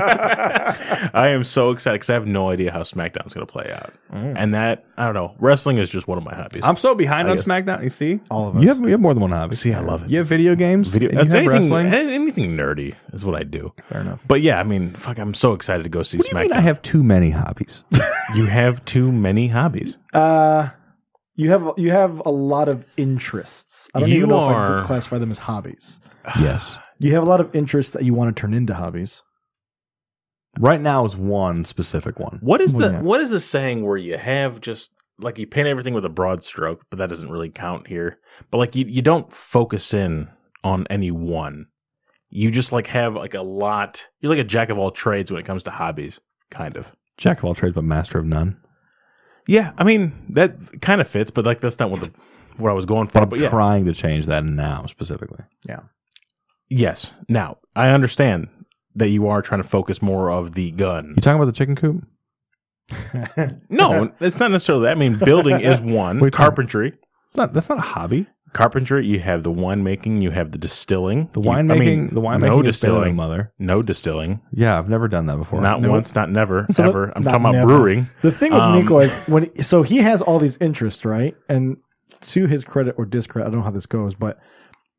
S2: I am so excited because I have no idea how SmackDown's going to play out. And that, I don't know. Wrestling is just one of my hobbies.
S1: Mm. I'm so behind
S2: I
S1: on
S2: guess-
S1: SmackDown. You see,
S3: All of us.
S1: you have, you have more than one hobby.
S2: See, I love it.
S1: You have video games.
S2: Video,
S1: and you
S2: that's
S1: have
S2: anything,
S1: wrestling.
S2: a- anything nerdy is what I do.
S3: Fair enough.
S2: But yeah, I mean, fuck, I'm so excited to go see
S1: What do
S2: SmackDown.
S1: you mean I have too many hobbies?
S2: You have too many hobbies.
S3: Uh, you have you have a lot of interests. I don't
S2: You
S3: even know if I
S2: are-
S3: could classify them as hobbies.
S1: yes.
S3: You have a lot of interests that you want to turn into hobbies.
S1: Right now is one specific one.
S2: What is
S3: What do
S2: the
S3: you have?
S2: what is the saying where you have just like you paint everything with a broad stroke, but that doesn't really count here. But like you you don't focus in on any one. You just like have like a lot. You're like a jack of all trades when it comes to hobbies, kind of.
S1: Jack of all trades, but master of none.
S2: Yeah, I mean that kind of fits, but like that's not what the what I was going for.
S1: But I'm
S2: But yeah,
S1: trying to change that now specifically.
S2: yes. Now I understand that you are trying to focus more of the gun.
S1: You talking about the chicken coop?
S2: No, it's not necessarily that. I mean, building is one.
S1: Wait,
S2: carpentry.
S1: It's not, that's not a hobby.
S2: carpentry, you have the winemaking, you have the distilling,
S1: The
S2: You- I
S1: winemaking,
S2: mean,
S1: the winemaking is
S2: no
S1: better than
S2: distilling,
S1: mother.
S2: no distilling,
S1: Yeah, I've never done that before.
S2: not
S1: No.
S2: once, not never,
S3: So
S2: ever.
S3: that-
S2: I'm
S3: not
S2: talking about
S3: never.
S2: brewing.
S3: The thing with
S2: Um,
S3: Nico is when so he has all these interests, right? And to his credit or discredit, I don't know how this goes, but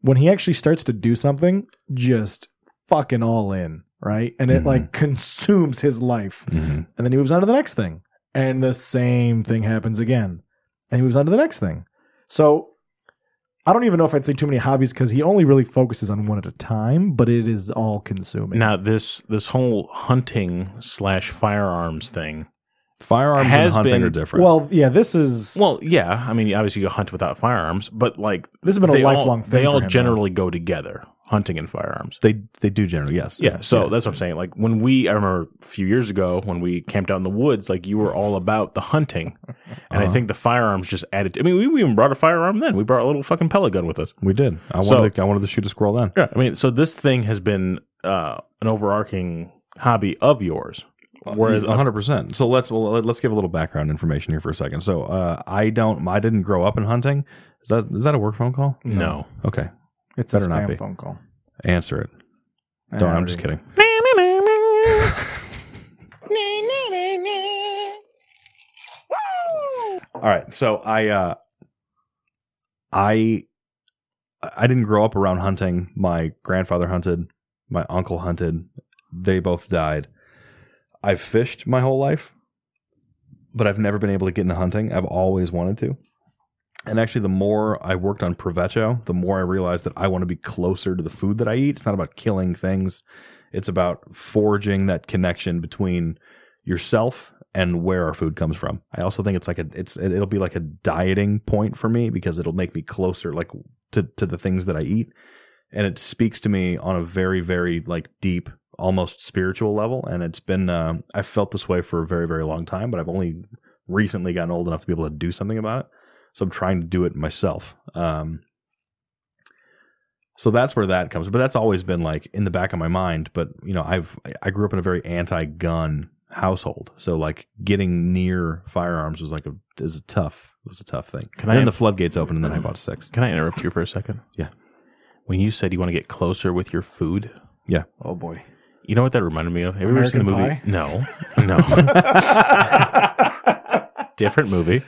S3: when he actually starts to do something, just fucking all in, right? And
S2: Mm-hmm.
S3: it like consumes his life.
S1: Mhm.
S3: And then he moves on to the next thing. And the same thing happens again. And he moves on to the next thing. So I don't even know if I'd say too many hobbies because he only really focuses on one at a time, but it is all consuming.
S2: Now this this whole hunting slash firearms thing.
S1: Firearms and
S2: Has
S1: hunting
S2: been-
S1: are different.
S3: Well, yeah, this is
S2: Well, yeah, I mean, obviously you hunt without firearms, but like
S3: this has been a
S2: they all-
S3: lifelong thing.
S2: They
S3: for
S2: all
S3: him,
S2: generally go together. hunting and firearms.
S1: They they do generally, yes.
S2: Yeah, so that's what I'm saying. Like when we, I remember a few years ago when we camped out in the woods, like you were all about the hunting, and I think the firearms just added. I mean, we, we even brought a firearm then. We brought a little fucking pellet gun with us.
S1: We did. I
S2: So-
S1: wanted to, I wanted to shoot a squirrel then.
S2: Yeah, I mean, so this thing has been uh, an overarching hobby of yours, whereas
S1: Whereas 100. percent So let's well, let- let's give a little background information here for a second. So uh, I don't I didn't grow up in hunting. Is that is that a work phone call?
S2: no,
S1: Okay,
S7: It's
S1: Better
S7: a
S1: not
S7: spam
S1: be.
S7: phone call.
S1: answer it. Don't. I'm just kidding. All right. So I uh, I I didn't grow up around hunting. My grandfather hunted. My uncle hunted. They both died. I've fished my whole life, but I've never been able to get into hunting. I've always wanted to. And actually, the more I worked on Provecho, the more I realized that I want to be closer to the food that I eat. It's not about killing things, it's about forging that connection between yourself and where our food comes from. I also think it's like a it's it- it'll be like a dieting point for me because it'll make me closer like to to the things that I eat and it speaks to me on a very very like deep almost spiritual level and it's been uh, I felt this way for a very very long time but I've only recently gotten old enough to be able to do something about it. So I'm trying to do it myself. Um so that's where that comes but that's always been like in the back of my mind but you know i've i grew up in a very anti-gun household so like getting near firearms was like a is a tough was a tough thing
S2: Can
S1: and
S2: I-
S1: then the floodgates opened and then i bought a six
S2: Can I interrupt you for a second?
S1: Yeah.
S2: When you said you want to get closer with your food,
S7: Oh boy.
S2: you know what that reminded me of? Have you ever seen the movie?
S7: American
S2: No, no. Different movie.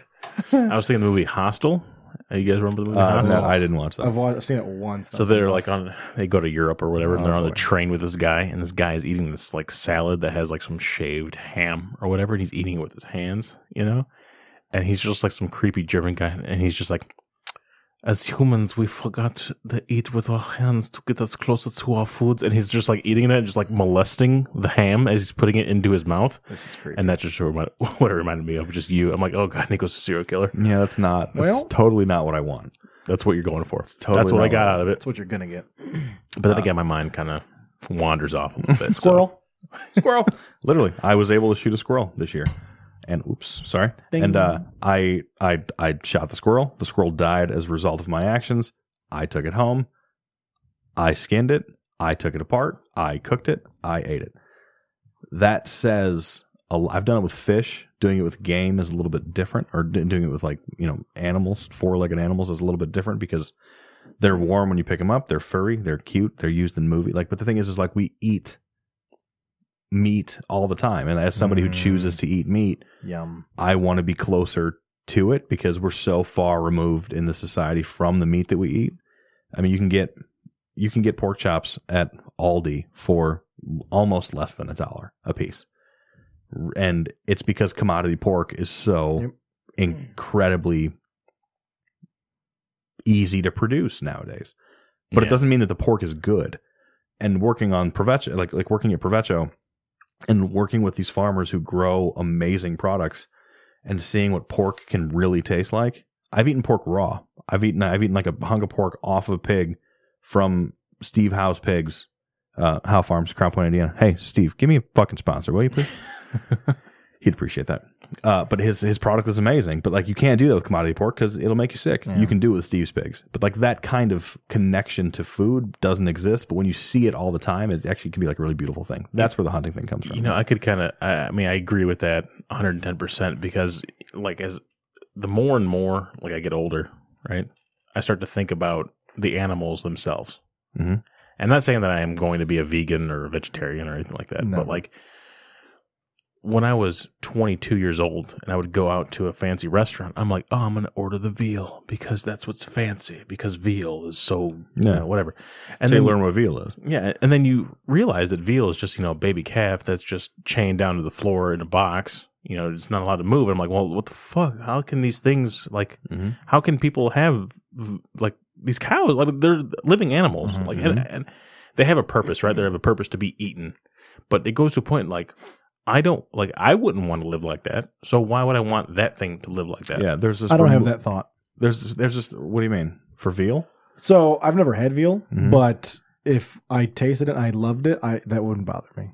S2: I was thinking the movie Hostel. Uh, You guys remember the movie
S1: uh,
S2: Hostel?
S1: no, i didn't watch that
S7: I've, wa- I've seen it once.
S2: So they're like on, they go to Europe or whatever, and they're on
S1: Oh.
S2: the
S7: boy.
S2: train with this guy, and this guy is eating this like salad that has like some shaved ham or whatever, and he's eating it with his hands, you know? And he's just like some creepy German guy, and he's just like, as humans, we forgot to eat with our hands to get us closer to our food. And he's just like eating that, just like molesting the ham as he's putting it into his mouth.
S7: This is creepy.
S2: And that's just remi- what it reminded me of, just you. I'm like, oh God, Nico's a serial killer.
S1: yeah that's not that's
S7: Well-
S1: totally not what i want
S2: That's what you're going for.
S1: totally
S2: that's what I
S1: not
S2: got
S1: what-
S2: out of it.
S7: That's what you're gonna get.
S2: But then again, my mind kind of wanders off a little bit. so-
S1: squirrel. Literally, I was able to shoot a squirrel this year, and oops, sorry. And uh, I, I, I shot the squirrel. The squirrel died as a result of my actions. I took it home. I skinned it. I took it apart. I cooked it. I ate it. That says a l- I've done it with fish. Doing it with game is a little bit different, or d- doing it with like you know animals, four-legged animals is a little bit different because they're warm when you pick them up. They're furry. They're cute. They're used in movie. Like, but the thing is, is like we eat meat all the time. And as somebody who
S7: Mm.
S1: chooses to eat meat,
S7: Yum.
S1: I want to be closer to it because we're so far removed in the society from the meat that we eat. I mean, you can get you can get pork chops at Aldi for almost less than a dollar a piece. R- And it's because commodity pork is so
S7: Yep.
S1: incredibly easy to produce nowadays. But it
S2: Yeah.
S1: doesn't mean that the pork is good. And working on Provecho, like like working at Provecho and working with these farmers who grow amazing products and seeing what pork can really taste like. I've eaten pork raw. I've eaten I've eaten like a hunk of pork off of a pig from Steve Howe's pigs, uh, Howe Farms, Crown Point, Indiana. Hey, Steve, give me a fucking sponsor, will you please? He'd appreciate that. Uh, but his his product is amazing. But like you can't do that with commodity pork because it'll make you sick.
S7: Yeah.
S1: You can do it with Steve's pigs. But like that kind of connection to food doesn't exist. But when you see it all the time, it actually can be like a really beautiful thing. That's where the hunting thing comes from.
S2: You know, I could kind of, I, I mean, I agree with that 110% because, like, as the more and more, like, I get older, right? I start to think about the animals themselves.
S1: Mhm.
S2: And not saying that I am going to be a vegan or a vegetarian or anything like that,
S7: No.
S2: but like, when I was 22 years old and I would go out to a fancy restaurant, I'm like, oh, I'm going to order the veal because that's what's fancy because veal is so, you
S1: Yeah.
S2: know, whatever. And
S1: and they
S2: then-
S1: learn what veal is.
S2: yeah, and then you realize that veal is just you know a baby calf that's just chained down to the floor in a box. You know, it's not allowed to move. And I'm like, well, what the fuck? How can these things like?
S1: Mhm.
S2: How can people have v- like these cows? Like they're living animals. Like and, and they have a purpose, right? They have a purpose to be eaten. But it goes to a point like I don't like I wouldn't want to live like that. So why would I want that thing to live like that?
S1: Yeah, there's this.
S3: I don't have
S1: remo-
S3: that thought.
S1: There's there's just what do you mean for veal?
S3: So I've never had veal,
S1: Mhm.
S3: but if I tasted it and I loved it, I that wouldn't bother me.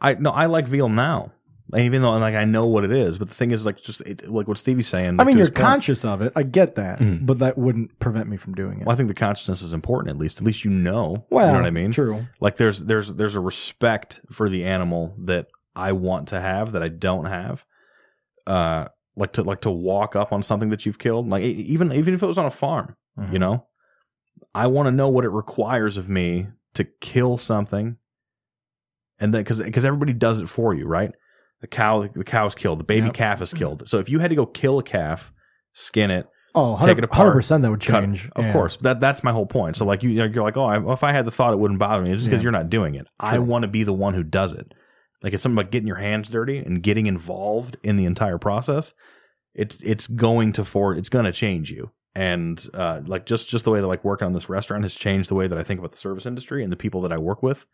S1: I no, I like veal now, even though like I know what it is. But the thing is, like, just it, like what Stevie's saying.
S3: I
S1: like,
S3: mean,
S1: to
S3: you're
S1: his point,
S3: conscious of it. I get that,
S2: Mm.
S3: but that wouldn't prevent me from doing it.
S1: Mm-hmm. Well, I think the consciousness is important. At least, at least you know.
S3: Well,
S1: you know what I mean.
S3: True.
S1: Like there's there's there's a respect for the animal that I want to have that I don't have. Uh, like to like to walk up on something that you've killed. Like e- even even if it was on a farm,
S3: Mm-hmm.
S1: you know, I want to know what it requires of me to kill something, and then because because everybody does it for you, right? The cow the cow's killed, the baby
S3: Yep. Mm-hmm.
S1: calf is killed. So if you had to go kill a calf, skin it,
S3: Oh,
S1: Take it
S3: 100
S1: apart,
S3: percent that would
S1: cut-
S3: change.
S1: of
S3: Yeah.
S1: course, that that's my whole point. So like you, you're like, oh, I, if I had the thought, it wouldn't bother me. It's just because
S3: Yeah.
S1: you're not doing it. I
S3: True.
S1: want to be the one who does it. Like it's something about getting your hands dirty and getting involved in the entire process. It's it's going to for it's going to change you. And uh, like just just the way that like working on this restaurant has changed the way that I think about the service industry and the people that I work with.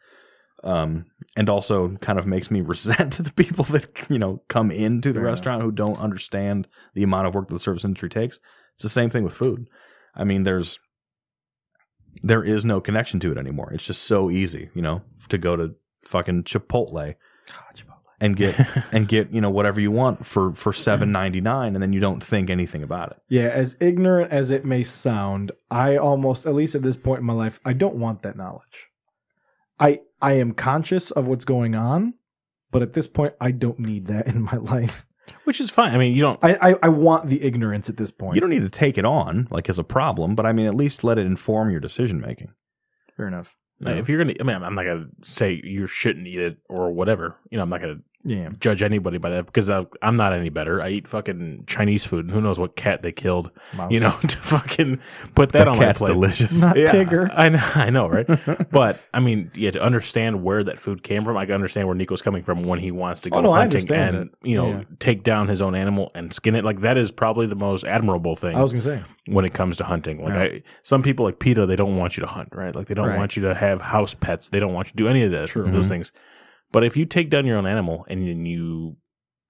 S1: Um, and also kind of makes me resent the people that you know come into the
S7: Fair enough.
S1: restaurant who don't understand the amount of work that the service industry takes. It's the same thing with food. I mean, there's there is no connection to it anymore. It's just so easy, you know, to go to fucking Chipotle and get and get you know whatever you want for for seven ninety nine, and then you don't think anything about it.
S3: Yeah, as ignorant as it may sound, I almost, at least at this point in my life, I don't want that knowledge. I I am conscious of what's going on, but at this point, I don't need that in my life.
S2: which is fine. I mean, you don't.
S3: I I, I want the ignorance at this point.
S1: You don't need to take it on like as a problem, but I mean, at least let it inform your decision making.
S3: Fair enough.
S2: like, If you're gonna, I mean, I'm- I'm not gonna say you shouldn't eat it or whatever. You know, I'm not gonna
S3: Yeah.
S2: judge anybody by that because I, I'm not any better. I eat fucking Chinese food, and who knows what cat they killed.
S3: Mouse.
S2: You know, to fucking put that,
S1: That
S2: on my
S1: cat's
S2: plate.
S1: delicious.
S3: Not Tigger.
S2: I know, I know, right? but I mean, yeah, to understand where that food came from, I can understand where Nico's coming from when he wants to go
S3: Oh, no, I
S2: hunting
S3: understand
S2: and you know
S3: Yeah.
S2: take down his own animal and skin it. Like that is probably the most admirable thing
S3: I was gonna say.
S2: when it comes to hunting. Like I, some people like PETA, they don't want you to hunt, right? Like they don't
S3: Right. Mm-hmm.
S2: want you to have house pets. They don't want you to do any of that, those things. But if you take down your own animal and then you,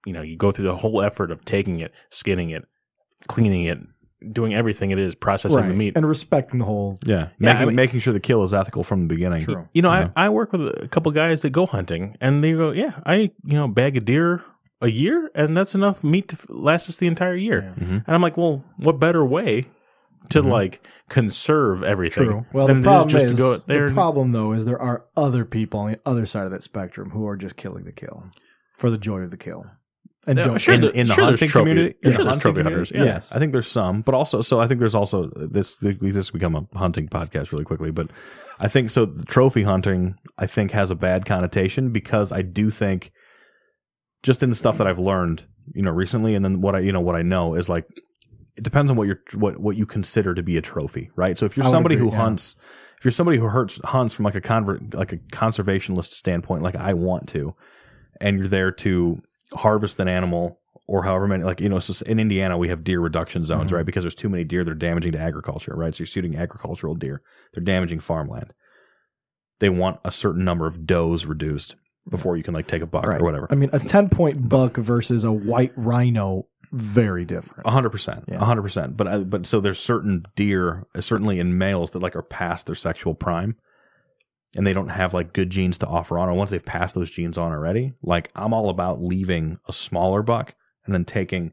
S2: you know, you go through the whole effort of taking it, skinning it, cleaning it, doing everything it is, processing the meat.
S3: and respecting the whole.
S1: Yeah,
S2: Yeah,
S1: making
S2: I mean-
S1: making sure the kill is ethical from the beginning.
S2: True. You know, I, I work with a couple guys that go hunting, and they go, "Yeah, I you know bag a deer a year, and that's enough meat to f- last us the entire year."
S1: Mm-hmm.
S2: And I'm like, "Well, what better way to like conserve everything
S3: Mm-hmm. True. Well,
S2: than
S3: the
S2: it is
S3: problem
S2: just
S3: is
S2: to go out there?"
S3: the
S2: and-
S3: problem though is there are other people on the other side of that spectrum who are just killing the kill for the joy of the kill and
S2: Yeah,
S3: don't
S2: sure,
S3: and
S2: the-
S1: in the
S2: Sure, there's
S1: hunting
S2: trophy-
S1: community,
S2: yeah,
S1: in the
S2: sure, there's
S1: hunting
S2: trophy
S1: community,
S2: hunters,
S1: yeah.
S3: yes.
S1: I think there's some, but also, so I think there's also this. We just become a hunting podcast really quickly, but I think so. The trophy hunting, I think, has a bad connotation because I do think, just in the stuff that I've learned, you know, recently, and then what I, you know, what I know is like it depends on what you're what what you consider to be a trophy, right? So if you're
S3: I would
S1: somebody
S3: agree,
S1: who
S3: yeah.
S1: hunts, if you're somebody who hurts, hunts from like a convert like a conservationist standpoint, like I want to, and you're there to harvest an animal or however many like you know so in Indiana we have deer reduction zones, right? Because there's too many deer, they're damaging to agriculture, right? So you're shooting agricultural deer, they're damaging farmland. They want a certain number of does reduced before you can like take a buck or whatever.
S3: I mean, a ten point buck versus a white rhino, very different.
S1: A
S2: Uh-huh.
S1: hundred percent,
S3: Yeah.
S1: a hundred percent. But I, but so there's certain deer, uh, certainly in males, that like are past their sexual prime, and they don't have like good genes to offer on. And once they've passed those genes on already, like I'm all about leaving a smaller buck and then taking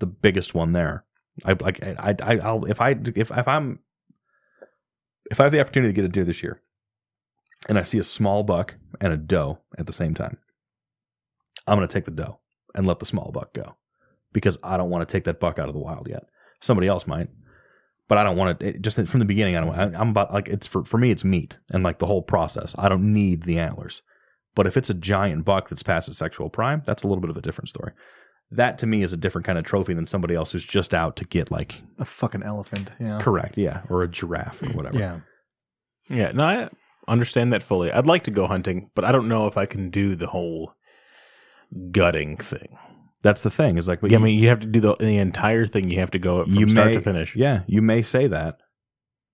S1: the biggest one there. I like I I I'll, if I if if I'm if I have the opportunity to get a deer this year, and I see a small buck and a doe at the same time, I'm gonna take the doe and let the small buck go because I don't want to take that buck out of the wild yet. Somebody else might, but I don't want to. It, just from the beginning, I don't. I, I'm about like it's for for me. It's meat and like the whole process. I don't need the antlers. But if it's a giant buck that's past its sexual prime, that's a little bit of a different story. That to me is a different kind of trophy than somebody else who's just out to get like
S3: A fucking elephant. Yeah.
S1: correct, yeah, or a giraffe or whatever.
S3: Uh-huh. Yeah.
S2: Yeah, no, I understand that fully. I'd like to go hunting, but I don't know if I can do the whole gutting thing.
S1: That's the thing. Is like what
S2: Yeah, I
S1: you-
S2: mean, you have to do the, the entire thing. You have to go from start
S1: may,
S2: to finish.
S1: Yeah, you may say that,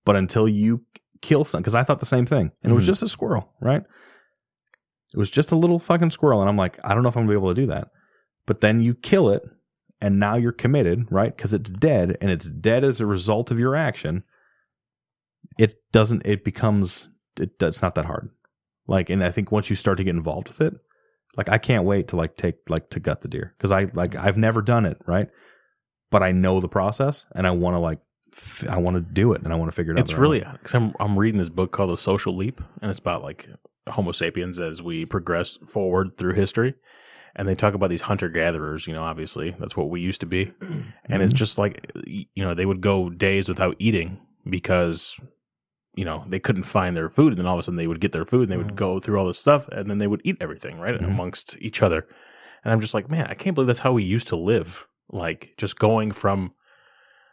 S1: but until you kill some, because I thought the same thing, and it was
S2: Mhm.
S1: just a squirrel, right? It was just a little fucking squirrel, and I'm like, I don't know if I'm gonna be able to do that. But then you kill it, and now you're committed, right? Because it's dead, and it's dead as a result of your action. It doesn't. It becomes it, it's not that hard. Like, and I think once you start to get involved with it, like I can't wait to like take like to gut the deer because I like
S2: Mm-hmm.
S1: I've never done it right, but I know the process and I want to like f- I want to do it and I want to figure it out.
S2: It's
S1: that I
S2: really
S1: wanna-
S2: because I'm I'm reading this book called The Social Leap, and it's about like Homo sapiens as we progress forward through history, and they talk about these hunter gatherers. You know, obviously that's what we used to be, and it's just like y- you know they would go days without eating because you know they couldn't find their food, and then all of a sudden they would get their food and they
S1: Mm.
S2: would go through all this stuff, and then they would eat everything right
S1: Mhm.
S2: amongst each other, and I'm just like, man, I can't believe that's how we used to live. Like just going from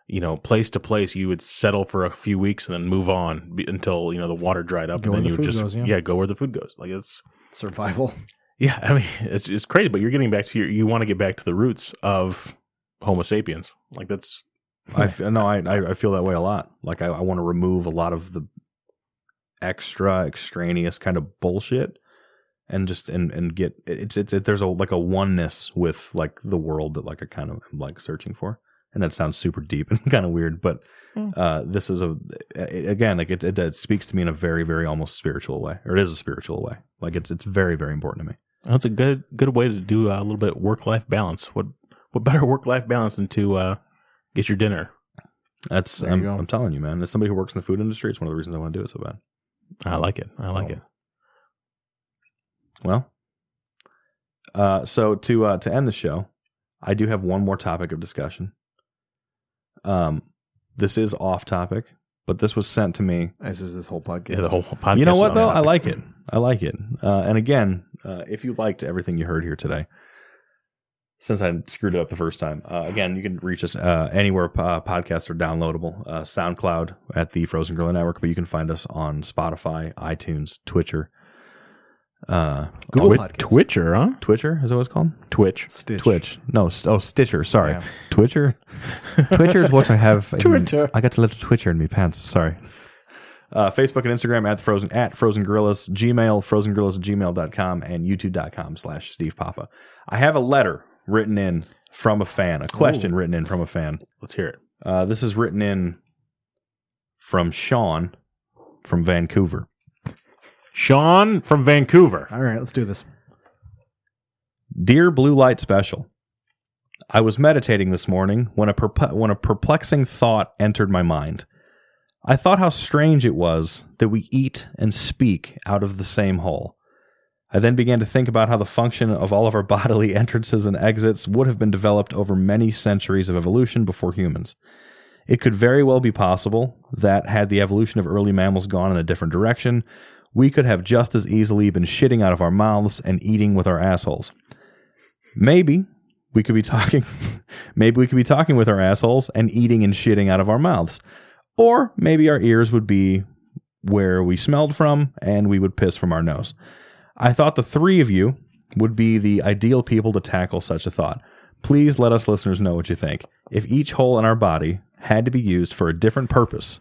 S2: you know, place to place, you would settle for a few weeks and then move on be, until you know the water dried up,
S3: Go
S2: and
S3: where
S2: then
S3: the
S2: you would
S3: food
S2: just
S3: goes,
S2: yeah.
S3: yeah.
S2: go where the food goes. Like it's
S7: Survival.
S2: yeah, I mean it's it's crazy, but you're getting back to your you want to get back to the roots of Homo sapiens. Like that's
S1: I f- no, I I I feel that way a lot. Like I, I want to remove a lot of the extra extraneous kind of bullshit and just and and get it's it's it, there's a like a oneness with like the world that like I kind of am like searching for. And that sounds super deep and kind of weird, but
S7: Hmm.
S1: uh, this is a it, again like it, it it speaks to me in a very very almost spiritual way, or it is a spiritual way. Like it's it's very very important to me.
S2: that's a good good way to do a little bit work life balance. What what better work life balance than to uh, get your dinner?
S1: That's
S7: There you
S1: I'm,
S7: go.
S1: I'm telling you, man. As somebody who works in the food industry, it's one of the reasons I want to do it so bad.
S2: I like it. I like
S1: Oh.
S2: it.
S1: Well, uh, so to uh, to end the show, I do have one more topic of discussion. Um, this is off topic, but this was sent to me.
S7: As is this whole podcast.
S2: Yeah, the whole podcast.
S1: you know what
S2: is
S1: though?
S2: on
S1: I
S2: topic.
S1: like it. I like it. Uh, and again, uh, if you liked everything you heard here today, since I screwed it up the first time, uh, again, you can reach us uh, anywhere uh, podcasts are downloadable. Uh, SoundCloud at the Frozen Gorilla Network, but you can find us on Spotify, iTunes, Twitcher. Uh,
S7: Google
S1: Twi-
S7: Podcast.
S2: Twitcher, huh?
S1: Twitcher is that what it's called?
S2: Twitch.
S7: Stitch.
S1: Twitch. No, st- oh Stitcher. Sorry,
S7: Yeah.
S1: Twitcher. Twitcher is what I have. in-
S7: Twitter.
S1: I got a little Twitcher in my pants. Sorry. Uh, Facebook and Instagram at the frozen at frozen gorillas, Gmail frozen gorillas at gmail.com and youtube.com slash Steve Papa. I have a letter written in from a fan, a question written in from a fan.
S2: Let's hear it.
S1: Uh, this is written in from Sean from Vancouver.
S2: Sean from Vancouver.
S7: All right, let's do this.
S1: Dear Blue Light Special, I was meditating this morning when a, perp- when a perplexing thought entered my mind. I thought how strange it was that we eat and speak out of the same hole. I then began to think about how the function of all of our bodily entrances and exits would have been developed over many centuries of evolution before humans. It could very well be possible that, had the evolution of early mammals gone in a different direction, we could have just as easily been shitting out of our mouths and eating with our assholes. Maybe we could be talking maybe we could be talking with our assholes and eating and shitting out of our mouths. Or maybe our ears would be where we smelled from and we would piss from our nose. I thought the three of you would be the ideal people to tackle such a thought. Please let us listeners know what you think. If each hole in our body had to be used for a different purpose,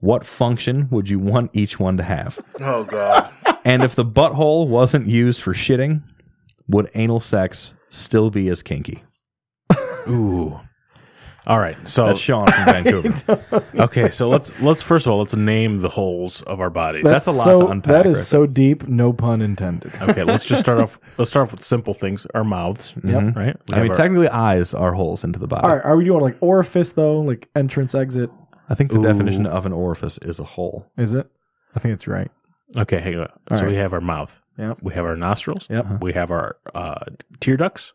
S1: what function would you want each one to have?
S2: Oh god.
S1: And if the butthole wasn't used for shitting, would anal sex still be as kinky?
S2: Ooh. All right. So
S1: That's Sean from Vancouver.
S2: okay, so let's let's first of all let's name the holes of our bodies.
S1: That's a lot
S7: so,
S1: to unpack,
S7: That is
S1: Griffin.
S7: so deep, no pun intended.
S2: okay, let's just start off let's start off with simple things. Our mouths. mm-hmm,
S1: Mhm.
S2: Right? We
S1: I mean,
S2: have our-
S1: technically, eyes are holes into the body.
S7: All right, are we doing like orifice though? Like entrance, exit?
S1: I think the
S2: Ooh.
S1: definition of an orifice is a hole.
S7: Is it? I think it's right.
S2: Okay, hang on. so
S7: right.
S2: we have our mouth.
S7: Yep.
S2: We have our nostrils.
S1: Uh-huh.
S7: Yep.
S2: We have our uh, tear ducts.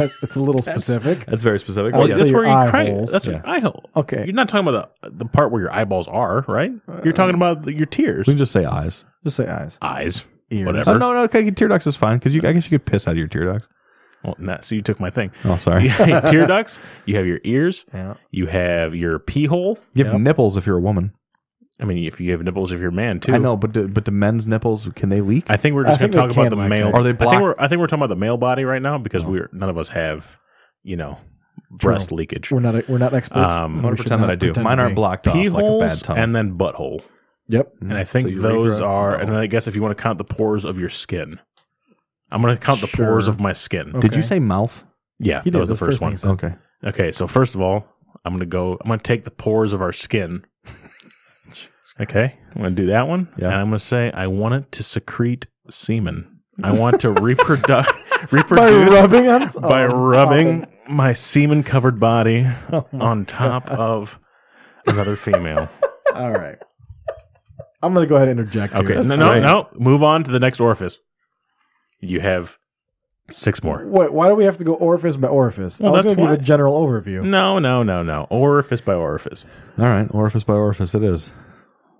S7: it's a little specific.
S1: That's very specific.
S2: Oh,
S7: I would
S1: Well,
S7: say
S1: yes.
S7: your eye
S2: cry-
S7: holes.
S2: That's
S1: Yeah.
S2: your eye hole.
S7: Okay.
S2: You're not talking about the, the part where your eyeballs are, right? You're talking about the, your tears,
S1: Uh, We can just say eyes.
S7: Just say eyes.
S2: eyes,
S7: Ears.
S1: Oh,
S2: whatever.
S1: no, no, okay, tear ducts is fine because I guess you could piss out of your tear ducts.
S2: Well, nah, so you took my thing.
S1: Oh, sorry.
S2: You have tear ducts. You have your ears.
S7: Yeah.
S2: You have your pee hole.
S1: You have nipples if you're a woman.
S2: I mean, if you have nipples, if you're a man too.
S1: I know, but do, but the men's nipples can they leak?
S2: I think we're
S7: I
S2: just going
S7: think
S2: to talk
S7: they Oh.
S2: about
S7: can
S2: the
S7: lactate.
S2: male.
S1: Are they
S2: I
S1: black?
S2: think we're I think we're talking about the male body right now because we're none of us have, you know, breast leakage.
S7: We're not we're not experts.
S2: Um,
S1: I'm
S7: We
S1: gonna
S7: should
S1: pretend
S7: not
S1: that I do.
S7: pretend
S1: Mine
S7: to
S1: aren't
S7: be.
S1: blocked off
S2: Pee
S1: like a bad
S2: holes
S1: tongue. Mm.
S2: and then butthole,
S7: Yep.
S2: and I think
S1: So urethra-
S2: those are. And
S1: no.
S2: I guess if you want to count the pores of your skin, I'm going to count the pores
S7: Sure.
S2: of my skin.
S1: Did you
S7: Okay.
S1: say mouth?
S2: Yeah,
S7: He
S2: that
S7: did,
S2: was the,
S7: that's the
S2: first,
S7: first thing
S2: one.
S7: he said.
S1: Okay.
S2: Okay, so first of all, I'm going to go. I'm going to take the pores of our skin, Okay, I'm going to do that one.
S1: Yeah.
S2: And I'm going to say I want it to secrete semen. I want to reproduce reproduce by,
S3: rubbing on oh,
S2: rubbing my semen covered body on top of another female.
S3: All right. I'm gonna go ahead and interject.
S2: Okay,
S3: Here.
S2: no, no, no. Move on to the next orifice. You have six more.
S3: Wait, why do we have to go orifice by orifice?
S2: Well,
S3: I was
S2: that's
S3: gonna
S2: why.
S3: give a general overview.
S2: No, no, no, no. Orifice by orifice.
S1: All right, orifice by orifice, it is.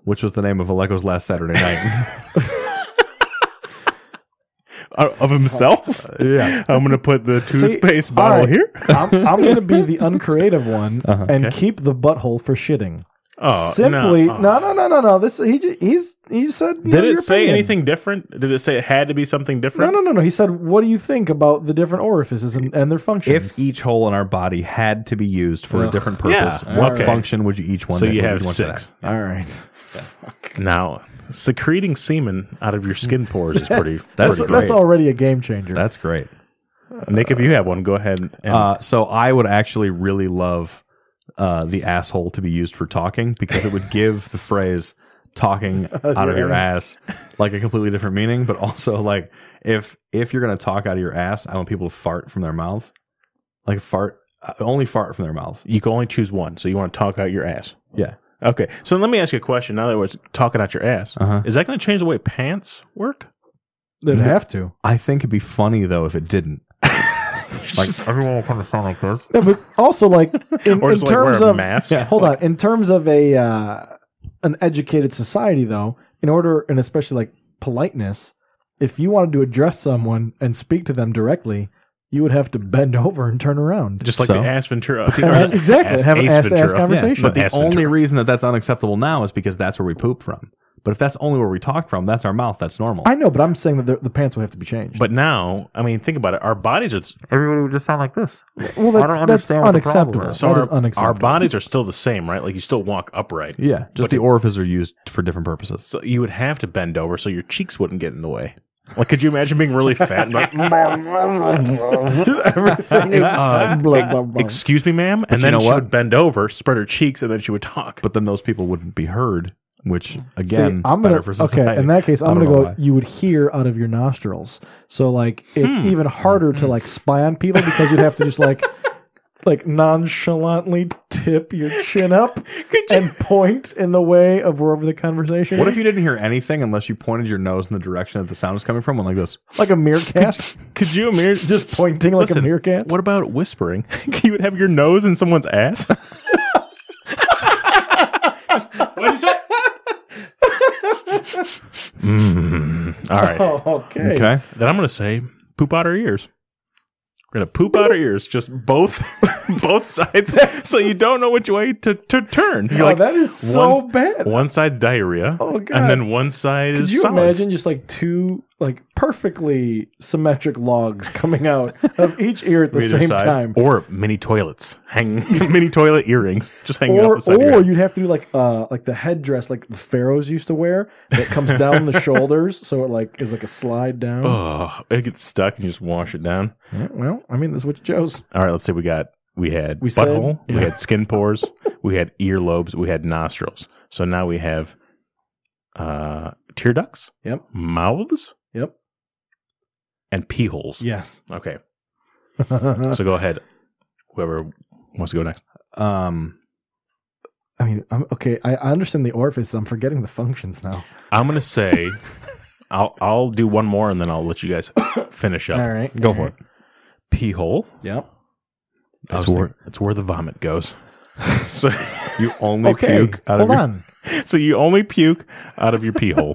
S1: Which was the name of Aleco's last Saturday night?
S2: Uh, Of himself?
S1: yeah,
S2: I'm going to put the
S3: See,
S2: toothpaste
S3: all
S2: bottle
S3: right.
S2: here.
S3: I'm, I'm gonna be the uncreative one
S1: Uh-huh.
S3: and
S2: Okay.
S3: keep the butthole for shitting.
S2: Oh,
S3: Simply,
S2: oh.
S3: no, no, no, no, no. This he ju- he's he said. you know,
S2: Did it
S3: your
S2: say
S3: opinion.
S2: anything different? Did it say it had to be something
S3: No,
S2: different?
S3: no, no, no. He said, "What do you think about the different orifices and, and their functions?"
S1: if each hole in our body had to be used for a
S3: Ugh.
S1: different purpose,
S2: Yeah,
S1: what
S2: okay.
S1: function would you each one?
S2: So
S1: would
S2: you have
S1: each one should
S2: six.
S3: all right,
S2: Now, secreting semen out of your skin pores is pretty.
S1: That's-
S2: that's
S3: that's,
S2: pretty
S3: that's
S2: great.
S3: already a game changer.
S1: That's great.
S2: Hmm. Nick, if you have one, go ahead. And,
S1: Uh, so I would actually really love uh, the asshole to be used for talking because it would give the phrase talking out of your ass like a completely different meaning. But also like if if you're gonna talk out of your ass, I want people to fart from their mouths. Like fart uh, only fart from their mouths.
S2: you can only choose one, so you want to talk out your ass.
S1: Yeah.
S2: Okay, so let me ask you a question. Now that we're talking out your ass,
S1: Uh-huh.
S2: is that going to change the way pants work?
S3: They'd have to.
S1: I think it'd be funny though if it didn't. like everyone will kind of sound like this.
S3: No, but also, like in,
S2: Or
S3: in
S2: just like
S3: terms
S2: wear a
S3: of
S2: mask?
S3: Yeah, hold on, in terms of a uh, an educated society, though, in order and especially like politeness, if you wanted to address someone and speak to them directly, you would have to bend over and turn around.
S2: Just like
S1: So?
S2: the ass Ventura. or the
S3: Exactly,
S2: ass
S3: have an
S2: Ace
S3: ass-to-ass
S2: Ventura.
S3: conversation.
S2: Yeah,
S1: But the
S2: ass
S1: only
S2: Ventura.
S1: reason that that's unacceptable now is because that's where we poop from. But if that's only where we talk from, that's our mouth. That's normal.
S3: I know, but I'm saying that the, the pants would have to be changed.
S2: But now, I mean, think about it. Our bodies are
S8: Everybody would just sound like this.
S3: well, that's that's
S8: what the problem
S3: unacceptable.
S2: so
S3: that
S2: our,
S3: is unacceptable.
S2: our bodies are still the same, right? Like you still walk upright.
S1: yeah, just the orifices are used for different purposes.
S2: So you would have to bend over so your cheeks wouldn't get in the way. Like, could you imagine being really fat? And like, uh,
S3: Blah, blah, blah.
S2: excuse me, ma'am. and
S1: you
S2: then
S1: know
S2: she
S1: what?
S2: would bend over, spread her cheeks, and then she would talk.
S1: but then those people wouldn't be heard, which
S3: See,
S1: again,
S3: I'm gonna
S1: better for society.
S3: okay. In that case,
S1: I
S3: I'm
S1: don't
S3: gonna
S1: know
S3: go.
S1: why.
S3: You would hear out of your nostrils, so like it's
S1: Hmm.
S3: even harder to like spy on people because you'd have to just like like nonchalantly tip your chin up and point in the way of wherever the conversation.
S1: What
S3: is.
S1: if you didn't hear anything unless you pointed your nose in the direction that the sound was coming from? Went like this.
S3: like a meerkat,
S2: could you imagine just
S3: pointing like
S2: Listen,
S3: a meerkat?
S2: What about whispering? you would have your nose in someone's ass. What'd you say? Mm, all right.
S3: Oh, okay.
S1: Okay,
S2: Then I'm going to say poop out our ears. We're going to poop out our ears, just both both sides, so you don't know which way to, to turn. You're
S3: Oh,
S2: like,
S3: that is so
S2: one-
S3: bad.
S2: One side's diarrhea,
S3: Oh,
S2: and
S3: God.
S2: then one side
S3: Could
S2: is
S3: you
S2: solids.
S3: imagine just like two like perfectly symmetric logs coming out of each ear at the
S1: Either
S3: same
S1: side.
S3: time?
S2: Or mini toilets, hanging mini toilet earrings, just hanging off
S3: or
S2: the side. of your
S3: or
S2: head.
S3: you'd have to do like uh like the headdress like the pharaohs used to wear that comes down the shoulders so it like is like a slide down.
S2: Oh, it gets stuck and you just wash it down.
S3: Yeah, well, I mean that's what you chose.
S2: All right, let's say we got we had
S3: We said-
S2: butthole, we had skin pores, we had earlobes, we had nostrils. So now we have uh tear ducts,
S3: Yep.
S2: mouths,
S3: Yep.
S2: and pee holes.
S3: Yes.
S2: Okay.
S3: I
S2: So go ahead. Whoever wants to go next.
S1: um,
S3: mean, I'm, okay, I, I understand the orifice. I'm forgetting the functions now.
S2: I'm gonna say I'll I'll do one more and then I'll let you guys finish up.
S3: All right.
S1: go for it.
S2: Pee hole.
S3: Yep.
S2: That's where that's where the vomit goes. so
S1: You only
S3: Okay.
S1: puke out
S3: Hold
S1: of your,
S3: on.
S2: so you only puke out of your pee hole.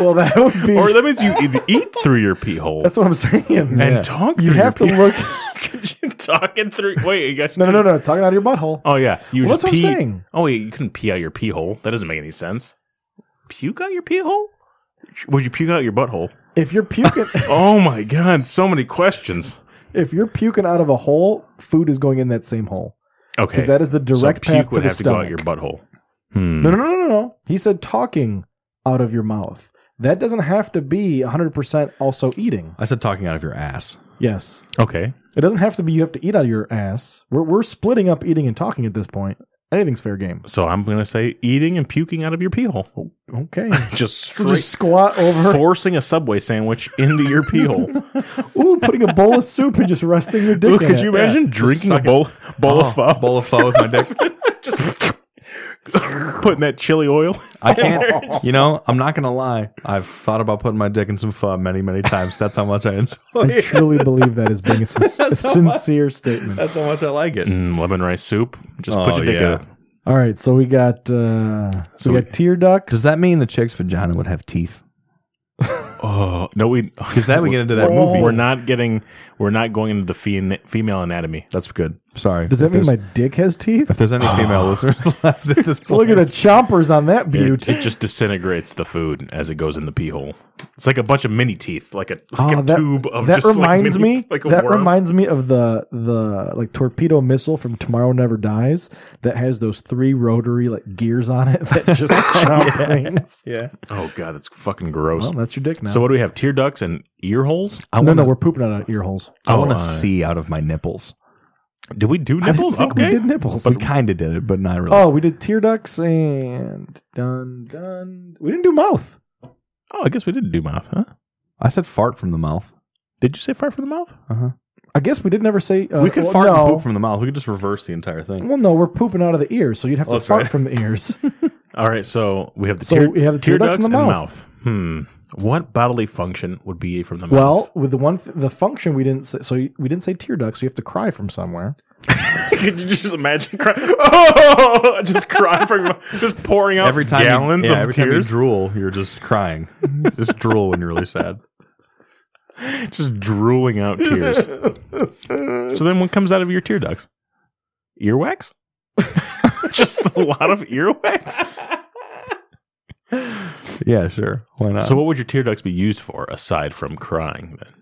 S3: Well, that would be.
S2: or that means you either eat through your pee hole
S3: that's what I'm saying.
S2: and talk through
S3: you
S2: your
S3: have to
S2: pee-
S3: look.
S2: Could you talking through? Wait, you guys.
S3: No, no, no, no. Talking out of your butthole.
S2: Oh yeah, you
S3: Well,
S2: just
S3: that's what
S2: pee.
S3: I'm saying.
S2: Oh wait, you couldn't pee out your pee hole. That doesn't make any sense. Puke out your pee hole? Would you puke out your butthole?
S3: If you're puking,
S2: Oh my god, so many questions.
S3: if you're puking out of a hole, food is going in that same hole
S2: Okay,
S3: because that is the
S2: so
S3: direct
S2: puke
S3: path to
S2: would
S3: the
S2: have
S3: stomach.
S2: to go out your butthole. Hmm.
S3: No, no, no, no, no. He said talking out of your mouth. That doesn't have to be 100% also eating.
S1: I said talking out of your ass.
S3: Yes.
S2: Okay,
S3: It doesn't have to be you have to eat out of your ass. We're, we're splitting up eating and talking at this point. Anything's fair game.
S2: So I'm gonna say eating and puking out of your pee hole.
S3: Okay.
S2: Just
S3: So
S2: straight
S3: just squat over.
S2: forcing a subway sandwich into your pee hole.
S3: Ooh, putting a bowl of soup and just resting your dick.
S2: Ooh,
S3: in
S2: could
S3: it.
S2: you imagine drinking a bowl bowl of
S3: Oh,
S2: pho,
S1: Bowl of pho with my dick.
S2: putting that chili oil?
S1: I can't. you know, I'm not gonna lie. I've thought about putting my dick in some pho many, many times. That's how much I enjoy.
S3: I
S1: it.
S3: truly believe that is being a, sin- a sincere statement.
S1: That's how much I like it.
S2: Mm, lemon rice soup. Just
S1: Oh,
S2: put your dick
S1: yeah.
S2: in it.
S3: All right, so we got uh,
S2: So
S3: we
S2: we-
S3: got tear ducts.
S1: Does that mean the chick's vagina would have teeth?
S2: Oh no, we
S1: Because that we get into that
S2: we're-
S1: movie.
S2: We're not getting. We're not going into the fe- female anatomy.
S1: That's good. Sorry.
S3: Does that
S1: If
S3: mean my
S1: there's-
S3: dick has teeth?
S1: If there's any female listeners left at this point,
S3: Look at the chompers on that
S2: It,
S3: beauty.
S2: it just disintegrates the food as it goes in the pee hole. It's like a bunch of mini teeth, like a, like
S3: Oh,
S2: a tube of
S3: that
S2: just like
S3: reminds
S2: mini-
S3: me
S2: like a
S3: that
S2: worm.
S3: reminds me of the the like torpedo missile from Tomorrow Never Dies that has those three rotary like gears on it that just chomp things.
S1: yeah.
S2: oh god, it's fucking gross.
S3: Well, uh, that's your dick now.
S2: so what do we have? Tear ducts and ear holes.
S1: I
S3: no,
S1: want
S3: no,
S1: to.
S3: we're pooping out of ear holes.
S1: I want to
S2: Oh, uh,
S1: see out of my nipples.
S2: Do we do
S3: I didn't
S2: nipples?
S3: think
S2: Okay.
S3: we did nipples.
S1: But kind of did it, but not really.
S3: oh, we did tear ducts and done done. We didn't do mouth.
S2: Oh, I guess we did do mouth, huh?
S1: I said fart from the mouth.
S2: Did you say fart from the mouth?
S3: I guess we did never say uh,
S1: we could
S3: well,
S1: fart
S3: no.
S1: and poop from the mouth. We could just reverse the entire thing.
S3: Well, no, we're pooping out of the ears, so you'd have
S1: Oh,
S3: to
S1: that's
S3: fart
S1: right.
S3: from the ears.
S2: All right, so we have the
S3: So
S2: tear,
S3: we have the
S2: tear
S3: tear ducts in the
S2: and mouth. Hmm. What bodily function would be from the mouth?
S3: well, with the one th- the function we didn't say, so we didn't say tear ducts. So you have to cry from somewhere.
S2: Could you just imagine crying? Oh, just crying from just pouring out
S1: Every time,
S2: gallons
S1: you, yeah,
S2: of
S1: every time you
S2: tears.
S1: drool, you're just crying. just drool when you're really sad.
S2: just drooling out tears. so then, what comes out of your tear ducts? Earwax? just a lot of earwax.
S1: Yeah, sure. Why not?
S2: So, what would your tear ducts be used for aside from crying? Then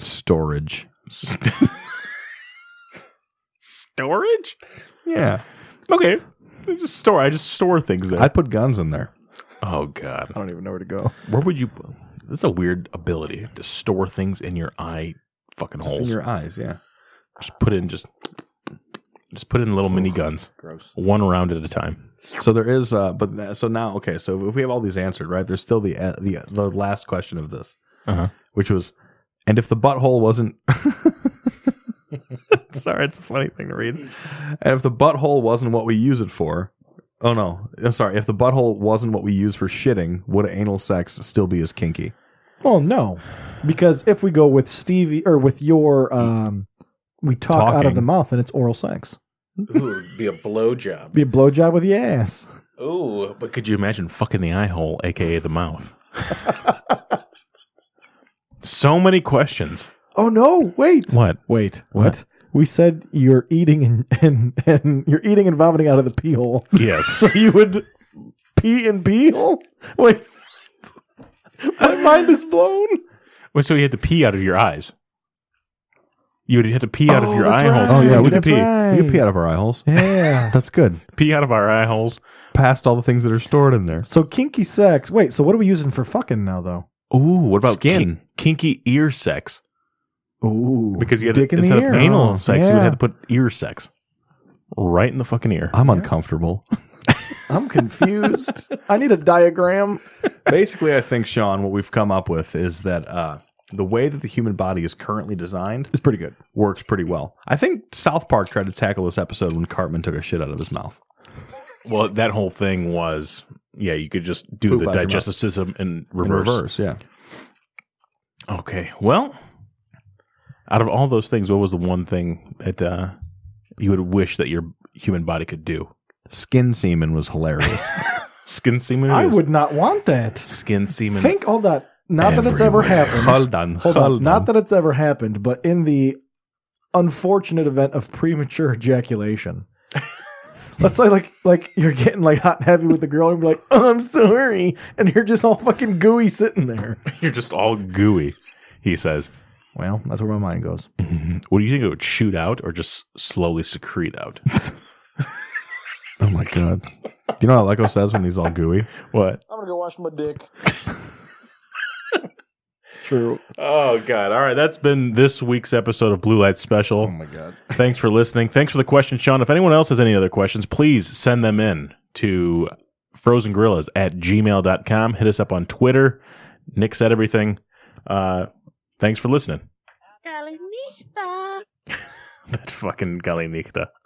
S1: storage.
S2: storage.
S1: Yeah,
S2: Okay, I just store. I just store things there.
S1: I'd put guns in there.
S2: oh God,
S3: I don't even know where to go.
S2: where would you? That's a weird ability to store things in your eye fucking
S1: Just in
S2: holes.
S1: your eyes. Yeah.
S2: just put in just just put in little mini guns. Gross. One round at a time.
S1: So there is, uh, but th- so now, okay. So if we have all these answered, right? There's still the uh, the the last question of this,
S2: Uh-huh.
S1: which was, and if the butthole wasn't, sorry, it's a funny thing to read. And if the butthole wasn't what we use it for, oh no, I'm sorry. If the butthole wasn't what we use for shitting, would anal sex still be as kinky?
S3: Well, no, because if we go with Stevie or with your, um, we talk out
S1: Talking.
S3: of the mouth and it's oral sex.
S2: Ooh, be a blowjob.
S3: Be a blowjob with the ass.
S2: Ooh, but could you imagine fucking the eye hole, aka the mouth? so many questions.
S3: Oh no! Wait,
S2: What?
S3: wait,
S2: What?
S3: We said you're eating and, and and you're eating and vomiting out of the pee hole,
S2: Yes.
S3: so you would pee in pee hole. Wait, my mind is blown.
S2: Wait, so you had to pee out of your eyes. You would have to pee out of your
S3: that's
S2: eye holes.
S3: right.
S1: Oh, yeah, we
S2: could
S3: That's
S2: pee.
S1: We can
S3: right.
S1: pee out of our eye holes.
S3: Yeah.
S1: That's good.
S2: Pee out of our eye holes.
S1: Past all the things that are stored in there.
S3: So kinky sex. Wait. So what are we using for fucking now, though?
S2: Ooh, what about
S1: Skin.
S2: kin- kinky ear sex?
S3: Ooh,
S2: Because you had
S3: dick
S2: to,
S3: in the
S2: instead
S3: ear.
S2: of anal
S3: Oh,
S2: sex,
S3: yeah.
S2: you would have to put ear sex right in the fucking ear.
S1: I'm uncomfortable.
S3: I'm confused. I need a diagram.
S1: Basically, I think Sean, what we've come up with is that uh, the way that the human body is currently designed
S3: It's pretty good.
S1: works pretty well. I think South Park tried to tackle this episode when Cartman took a shit out of his mouth.
S2: Well, that whole thing was yeah, you could just do
S1: Poop
S2: the
S1: out your
S2: digestive system in
S1: In
S2: reverse.
S1: reverse, yeah.
S2: Okay. Well, out of all those things, what was the one thing that uh, you would wish that your human body could do?
S1: Skin semen was hilarious.
S2: Skin semen. it
S3: I
S2: is.
S3: would not want that.
S2: skin semen.
S3: Think all that. Not that it's ever
S2: Everywhere.
S3: happened.
S1: hold on,
S3: Hold on. Not that it's ever happened, but in the unfortunate event of premature ejaculation. Let's say like like you're getting like hot and heavy with the girl and be like, oh, I'm sorry, and you're just all fucking gooey sitting there.
S2: You're just all gooey. He says. Mm-hmm.
S3: Well, that's where my mind goes.
S2: What do you think it would shoot out or just slowly secrete out?
S1: Oh my god. You know what Leko says when he's all gooey?
S2: what?
S9: I'm gonna go wash my dick.
S7: True.
S2: Oh God! All right, that's been this week's episode of Blue Light Special. Oh my God! Thanks for listening. Thanks for the question, Sean. If anyone else has any other questions, please send them in to frozengorillas at gmail.com. Hit us up on Twitter. Nick said everything. Uh, thanks for listening.
S4: Darling Mishpa.
S2: That fucking Galinikta.